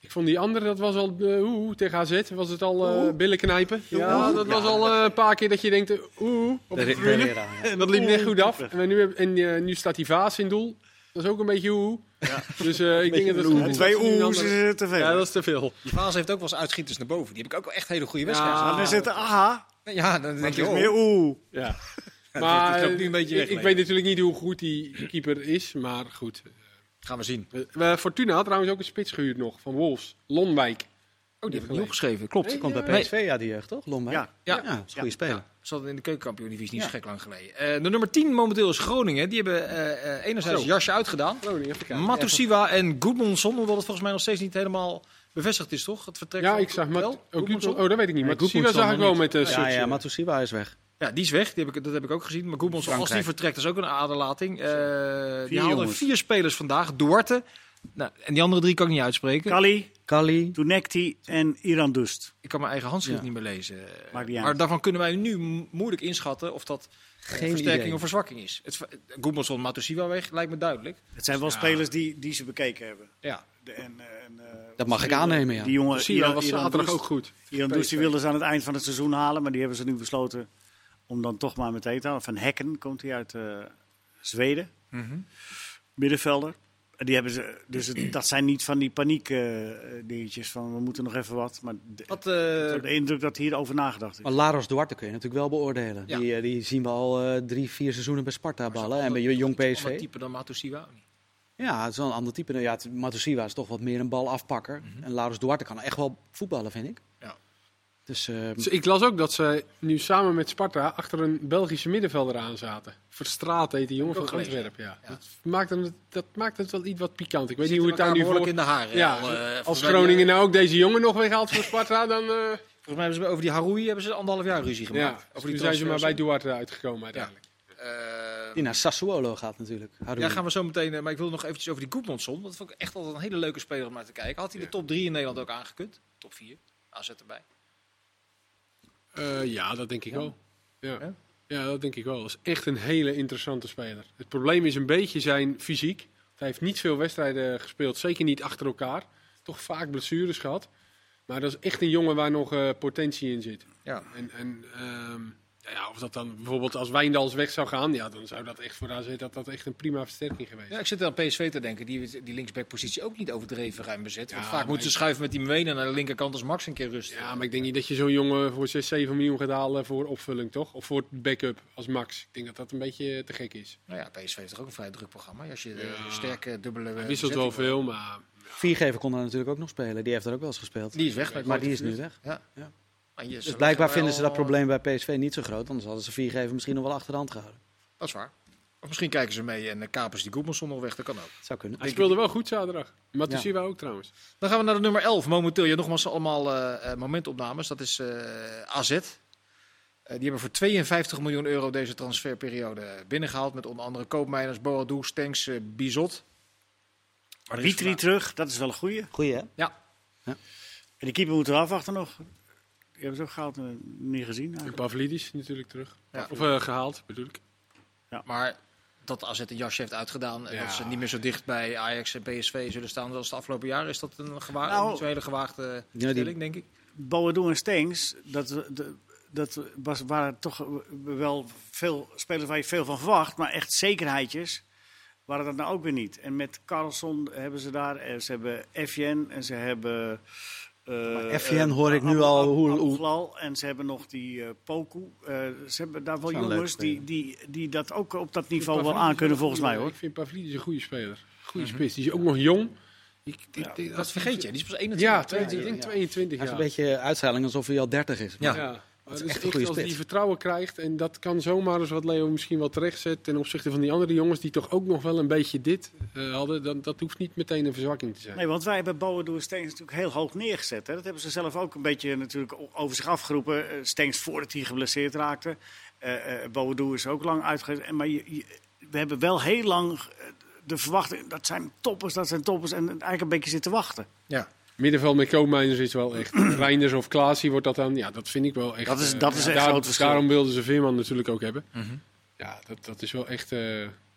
[SPEAKER 2] Ik vond die andere, dat was al eh, oeh, oeh, tegen AZ, was het al eh, billen knijpen. Ja, dat was al eh, een paar keer dat je denkt, eh, oeh, oeh, op de
[SPEAKER 4] Pere-
[SPEAKER 2] tribune.
[SPEAKER 4] Pereira, ja.
[SPEAKER 2] En dat liep net goed af. En, nu, heb- en eh, nu staat die Vaas in doel. Dat is ook een beetje oeh. Dus eh, ik denk dat het goed
[SPEAKER 3] Ja,
[SPEAKER 2] is
[SPEAKER 3] twee
[SPEAKER 2] dat ze nu een
[SPEAKER 3] oe's
[SPEAKER 2] andere-
[SPEAKER 3] is er te veel.
[SPEAKER 2] Ja, dat is te veel.
[SPEAKER 1] Die Vaas heeft ook wel eens uitschieters naar boven. Die heb ik ook wel echt hele goede wedstrijden.
[SPEAKER 2] Ja.
[SPEAKER 1] Ja,
[SPEAKER 3] En dan zit er aha,
[SPEAKER 1] ja dan denk je,
[SPEAKER 3] is
[SPEAKER 1] oh,
[SPEAKER 3] meer oeh.
[SPEAKER 2] Ja.
[SPEAKER 1] dat
[SPEAKER 2] Maar eh,
[SPEAKER 1] is ook nu een beetje
[SPEAKER 2] ik- ik,
[SPEAKER 1] wegleven.
[SPEAKER 2] weet natuurlijk niet hoe goed die keeper is, maar goed.
[SPEAKER 1] gaan we zien.
[SPEAKER 2] We- we- Fortuna had trouwens ook een spits gehuurd nog, van Wolfs. Lonwijk.
[SPEAKER 1] Oh, die heb ik niet opgeschreven. Klopt.
[SPEAKER 4] Die komt bij
[SPEAKER 1] Nee.
[SPEAKER 4] PSV uit die jeugd, toch? Lombard.
[SPEAKER 3] Ja.
[SPEAKER 1] Ja.
[SPEAKER 4] dat is een goede speler.
[SPEAKER 1] Ze hadden in de keukenkampioen-divisie niet
[SPEAKER 4] Ja.
[SPEAKER 1] zo gek lang geleden. Eh, de nummer 10 momenteel is Groningen. Die hebben eh, eh, enerzijds
[SPEAKER 2] Zo.
[SPEAKER 1] jasje uitgedaan.
[SPEAKER 2] Groningen, even kijken.
[SPEAKER 1] Matusiwa en Goedmonson, hoewel het volgens mij nog steeds niet helemaal bevestigd is, toch? Het vertrek
[SPEAKER 2] Ja,
[SPEAKER 1] van
[SPEAKER 2] ik zag Mat-
[SPEAKER 1] wel?
[SPEAKER 2] oh,
[SPEAKER 1] Goedmanson?
[SPEAKER 2] Gudmundsson- Oh, dat weet ik niet. Maar
[SPEAKER 4] Nee,
[SPEAKER 2] Siva
[SPEAKER 4] Gudmundsson
[SPEAKER 2] zag ik
[SPEAKER 4] nog
[SPEAKER 2] wel met eh
[SPEAKER 4] Ja,
[SPEAKER 2] Sochi.
[SPEAKER 4] ja, Matusiwa is weg.
[SPEAKER 1] Ja, die is weg. Die heb ik, dat heb ik ook gezien. Maar Goedmonson, als die
[SPEAKER 4] Frankrijk.
[SPEAKER 1] vertrekt, is ook een aderlating. Eh, die haalden
[SPEAKER 3] jongens.
[SPEAKER 1] vier spelers vandaag. Duarte. Nou, en die andere drie kan ik niet uitspreken.
[SPEAKER 3] Kali,
[SPEAKER 4] Kali.
[SPEAKER 3] Tunekti en Iran Dust.
[SPEAKER 1] ik kan mijn eigen handschrift
[SPEAKER 4] Ja.
[SPEAKER 1] niet meer lezen.
[SPEAKER 3] Maakt niet uit.
[SPEAKER 1] Maar daarvan kunnen wij nu m- moeilijk inschatten of dat eh,
[SPEAKER 4] Geen
[SPEAKER 1] versterking
[SPEAKER 4] idee.
[SPEAKER 1] of verzwakking is. Het, ver- Goedmanson, Matusiwa weg, lijkt me duidelijk.
[SPEAKER 3] Het zijn wel spelers die, die ze bekeken hebben.
[SPEAKER 1] Ja.
[SPEAKER 3] De- En, eh, en, eh,
[SPEAKER 4] Dat mag ik aannemen, ja.
[SPEAKER 3] die jongen,
[SPEAKER 2] Siva
[SPEAKER 3] Iran,
[SPEAKER 2] was
[SPEAKER 3] Iran
[SPEAKER 2] zaterdag
[SPEAKER 3] Dust,
[SPEAKER 2] ook goed.
[SPEAKER 3] Iran Dust die wilden ze aan het eind van het seizoen halen, maar die hebben ze nu besloten om dan toch maar meteen te halen. Van Hekken komt hij uit eh, Zweden,
[SPEAKER 2] Mhm.
[SPEAKER 3] middenvelder. En Die hebben ze, dus het- dat zijn niet van die paniek eh, eh, dingetjes van we moeten nog even wat. Maar de,
[SPEAKER 1] Wat,
[SPEAKER 3] ik
[SPEAKER 1] eh,
[SPEAKER 3] heb de indruk dat hier over nagedacht is.
[SPEAKER 4] Maar Laros Duarte kun je natuurlijk wel beoordelen.
[SPEAKER 1] Ja.
[SPEAKER 4] Die, eh, die zien we al eh, drie, vier seizoenen bij Sparta ballen en bij Jong
[SPEAKER 1] Ander
[SPEAKER 4] PSV.
[SPEAKER 1] type dan Matusiwa.
[SPEAKER 4] Ja, het is wel een ander type. Nou Ja, het- Matusiwa is toch wat meer een balafpakker. En Laros Duarte kan echt wel voetballen, vind ik.
[SPEAKER 1] Mhm. Ja.
[SPEAKER 4] Dus eh,
[SPEAKER 2] Dus ik las ook dat ze nu samen met Sparta achter een Belgische middenvelder aan zaten. Verstraat heet die jongen
[SPEAKER 1] Heb ik
[SPEAKER 2] van
[SPEAKER 1] ook gelezen.
[SPEAKER 2] Antwerpen,
[SPEAKER 1] Ja.
[SPEAKER 2] ja. Dat, maakt hem, dat maakt het wel iets wat pikant. Ik weet
[SPEAKER 1] Zitten
[SPEAKER 2] niet hoe het daar
[SPEAKER 1] elkaar
[SPEAKER 2] nu
[SPEAKER 1] behoorlijk
[SPEAKER 2] voor...
[SPEAKER 1] in de haren.
[SPEAKER 2] Ja,
[SPEAKER 1] Al, eh, volgens
[SPEAKER 2] als
[SPEAKER 1] mij-
[SPEAKER 2] Groningen nou ook deze jongen nog weghaalt voor Sparta, dan... eh,
[SPEAKER 1] Volgens mij hebben ze over die Haroui hebben ze anderhalf jaar ruzie
[SPEAKER 2] ja,
[SPEAKER 1] gemaakt.
[SPEAKER 2] dus
[SPEAKER 1] over die
[SPEAKER 2] toen zijn ze maar bij
[SPEAKER 1] transfers.
[SPEAKER 2] Duarte uitgekomen uiteindelijk.
[SPEAKER 1] Eh,
[SPEAKER 4] die naar Sassuolo gaat natuurlijk.
[SPEAKER 1] ja, gaan we zo meteen. eh, Maar ik wil nog eventjes over die Goedmondson. Dat vond ik echt altijd een hele leuke speler om naar te kijken. Had hij de top 3 in Nederland ook aangekund? Top 4. AZ erbij.
[SPEAKER 2] Ja, dat denk ik wel.
[SPEAKER 1] Ja?
[SPEAKER 2] Ja. ja, dat denk ik wel. Dat is echt een hele interessante speler. Het probleem is een beetje zijn fysiek. Hij heeft niet veel wedstrijden gespeeld, zeker niet achter elkaar. Toch vaak blessures gehad. Maar dat is echt een jongen waar nog eh, potentie in zit.
[SPEAKER 1] Ja.
[SPEAKER 2] En, en ehm, nou ja, of dat dan bijvoorbeeld als Wijndals weg zou gaan, ja, dan zou dat echt voor AZ dat, dat echt een prima versterking geweest.
[SPEAKER 1] ja, ik zit aan PSV te denken. Die, die linksbackpositie ook niet overdreven ruim bezet. Want
[SPEAKER 2] Ja,
[SPEAKER 1] vaak
[SPEAKER 2] maar
[SPEAKER 1] moeten ze
[SPEAKER 2] ik-
[SPEAKER 1] schuiven met die Mwena naar de linkerkant als Max een keer rust.
[SPEAKER 2] Ja, maar ik denk niet dat je zo'n jongen voor 6, 7 miljoen gaat halen voor opvulling, toch? Of voor backup als max. Ik denk dat dat een beetje te gek is.
[SPEAKER 1] Nou ja, PSV heeft toch ook een vrij druk programma. Als je
[SPEAKER 2] Ja.
[SPEAKER 1] eh, sterke dubbele...
[SPEAKER 2] Hij
[SPEAKER 1] eh,
[SPEAKER 2] wisselt wel
[SPEAKER 1] bezetting-
[SPEAKER 2] veel, maar
[SPEAKER 4] Viergever kon daar natuurlijk ook nog spelen. Die heeft daar ook wel eens gespeeld.
[SPEAKER 1] Die is weg. bij
[SPEAKER 4] maar die is
[SPEAKER 1] Grote
[SPEAKER 4] nu
[SPEAKER 1] Vuur.
[SPEAKER 4] weg.
[SPEAKER 1] Ja.
[SPEAKER 4] Ja.
[SPEAKER 1] Maar je-
[SPEAKER 4] Dus blijkbaar
[SPEAKER 1] wel-
[SPEAKER 4] vinden ze dat probleem bij PSV niet zo groot. Anders hadden ze Viergever misschien nog wel achter de hand gehouden.
[SPEAKER 1] Dat is waar. Of misschien kijken ze mee en eh, kapen ze die Goedmanson nog weg. Dat kan ook.
[SPEAKER 4] Het zou kunnen.
[SPEAKER 2] hij speelde wel goed zaterdag. Matusiwa ook trouwens.
[SPEAKER 1] Dan gaan we naar de nummer 11. Momenteel, ja, nogmaals allemaal eh, eh, momentopnames. Dat is eh, AZ. Eh, die hebben voor 52 miljoen euro deze transferperiode binnengehaald. Met onder andere Koopmeiners, Boadou, Stenks, eh, Bizot. Maar er is
[SPEAKER 3] Witry terug, dat is wel een goeie.
[SPEAKER 4] Goeie, hè?
[SPEAKER 3] En die keeper moeten we afwachten nog. Die hebben ze ook gehaald, eh, niet gezien.
[SPEAKER 2] En
[SPEAKER 3] eigenlijk.
[SPEAKER 2] Pavlidis natuurlijk terug.
[SPEAKER 1] Ja.
[SPEAKER 2] Of eh, gehaald, bedoel ik.
[SPEAKER 1] vandaag- Maar dat AZ een jasje heeft uitgedaan. En
[SPEAKER 2] Ja.
[SPEAKER 1] dat ze niet meer zo dicht bij Ajax en PSV zullen staan als de afgelopen jaren. Is dat een, gewa-
[SPEAKER 3] Nou,
[SPEAKER 1] niet zo'n hele gewaagde
[SPEAKER 4] die-
[SPEAKER 1] stelling, denk ik?
[SPEAKER 3] Boadu en Stengs, dat, de- dat was, waren toch eh, wel veel spelers waar je veel van verwacht. Maar echt zekerheidjes waren dat nou ook weer niet. En met Carlson hebben ze daar, eh, ze hebben Effien en ze hebben...
[SPEAKER 4] Maar
[SPEAKER 3] eh
[SPEAKER 4] Effien
[SPEAKER 3] eh,
[SPEAKER 4] hoor ik nu
[SPEAKER 3] Abou-
[SPEAKER 4] al
[SPEAKER 3] Abou-
[SPEAKER 4] hoe-
[SPEAKER 3] Abou
[SPEAKER 4] hoe-
[SPEAKER 3] Glal en ze hebben nog die eh, Poku. Eh, ze hebben daar wel
[SPEAKER 4] Zou een leuke
[SPEAKER 3] jongens die,
[SPEAKER 4] speler.
[SPEAKER 3] die, die dat ook op dat
[SPEAKER 2] Ik vind
[SPEAKER 3] niveau wel
[SPEAKER 2] Pavlidis
[SPEAKER 3] aan kunnen
[SPEAKER 2] een goede-
[SPEAKER 3] volgens mij hoor.
[SPEAKER 2] Ik vind Pavlidis een goede speler. Goede spits. Die is ook nog jong. Ik, ik,
[SPEAKER 3] Ja,
[SPEAKER 2] denk
[SPEAKER 1] Dat vergeet je. Die is pas 21.
[SPEAKER 2] Ja, 22, ik
[SPEAKER 4] ja,
[SPEAKER 2] denk
[SPEAKER 4] ja.
[SPEAKER 2] 22
[SPEAKER 4] Hij
[SPEAKER 2] jaar.
[SPEAKER 4] heeft een beetje uitstraling alsof hij al 30 is.
[SPEAKER 1] Ja.
[SPEAKER 2] Ja, maar dus
[SPEAKER 4] is echt een
[SPEAKER 2] echt
[SPEAKER 4] goede
[SPEAKER 2] als
[SPEAKER 4] spits.
[SPEAKER 2] die vertrouwen krijgt, en dat kan zomaar eens wat Leo misschien wel terecht zet ten opzichte van die andere jongens die toch ook nog wel een beetje dit eh, hadden, dan, dat hoeft niet meteen een verzwakking te zijn.
[SPEAKER 3] Nee, want wij hebben Boadu en Stengs natuurlijk heel hoog neergezet. Hè. Dat hebben ze zelf ook een beetje natuurlijk o- over zich afgeroepen. Eh, Stengs voordat hij geblesseerd raakte. Eh eh, Boadu is ook lang uitgezet. Maar je, je- we hebben wel heel lang eh, de verwachting... dat zijn toppers, dat zijn toppers. En eigenlijk een beetje zitten wachten.
[SPEAKER 1] Ja.
[SPEAKER 2] Middenveld met Koopmeiners is wel echt. Reinders of Klaasie wordt dat dan, ja, dat vind ik wel echt.
[SPEAKER 3] Dat is-
[SPEAKER 2] eh,
[SPEAKER 3] dat is echt
[SPEAKER 2] daarom-
[SPEAKER 3] groot verschil.
[SPEAKER 2] Daarom wilden ze Veerman natuurlijk ook hebben. Ja, dat, dat is wel echt, eh,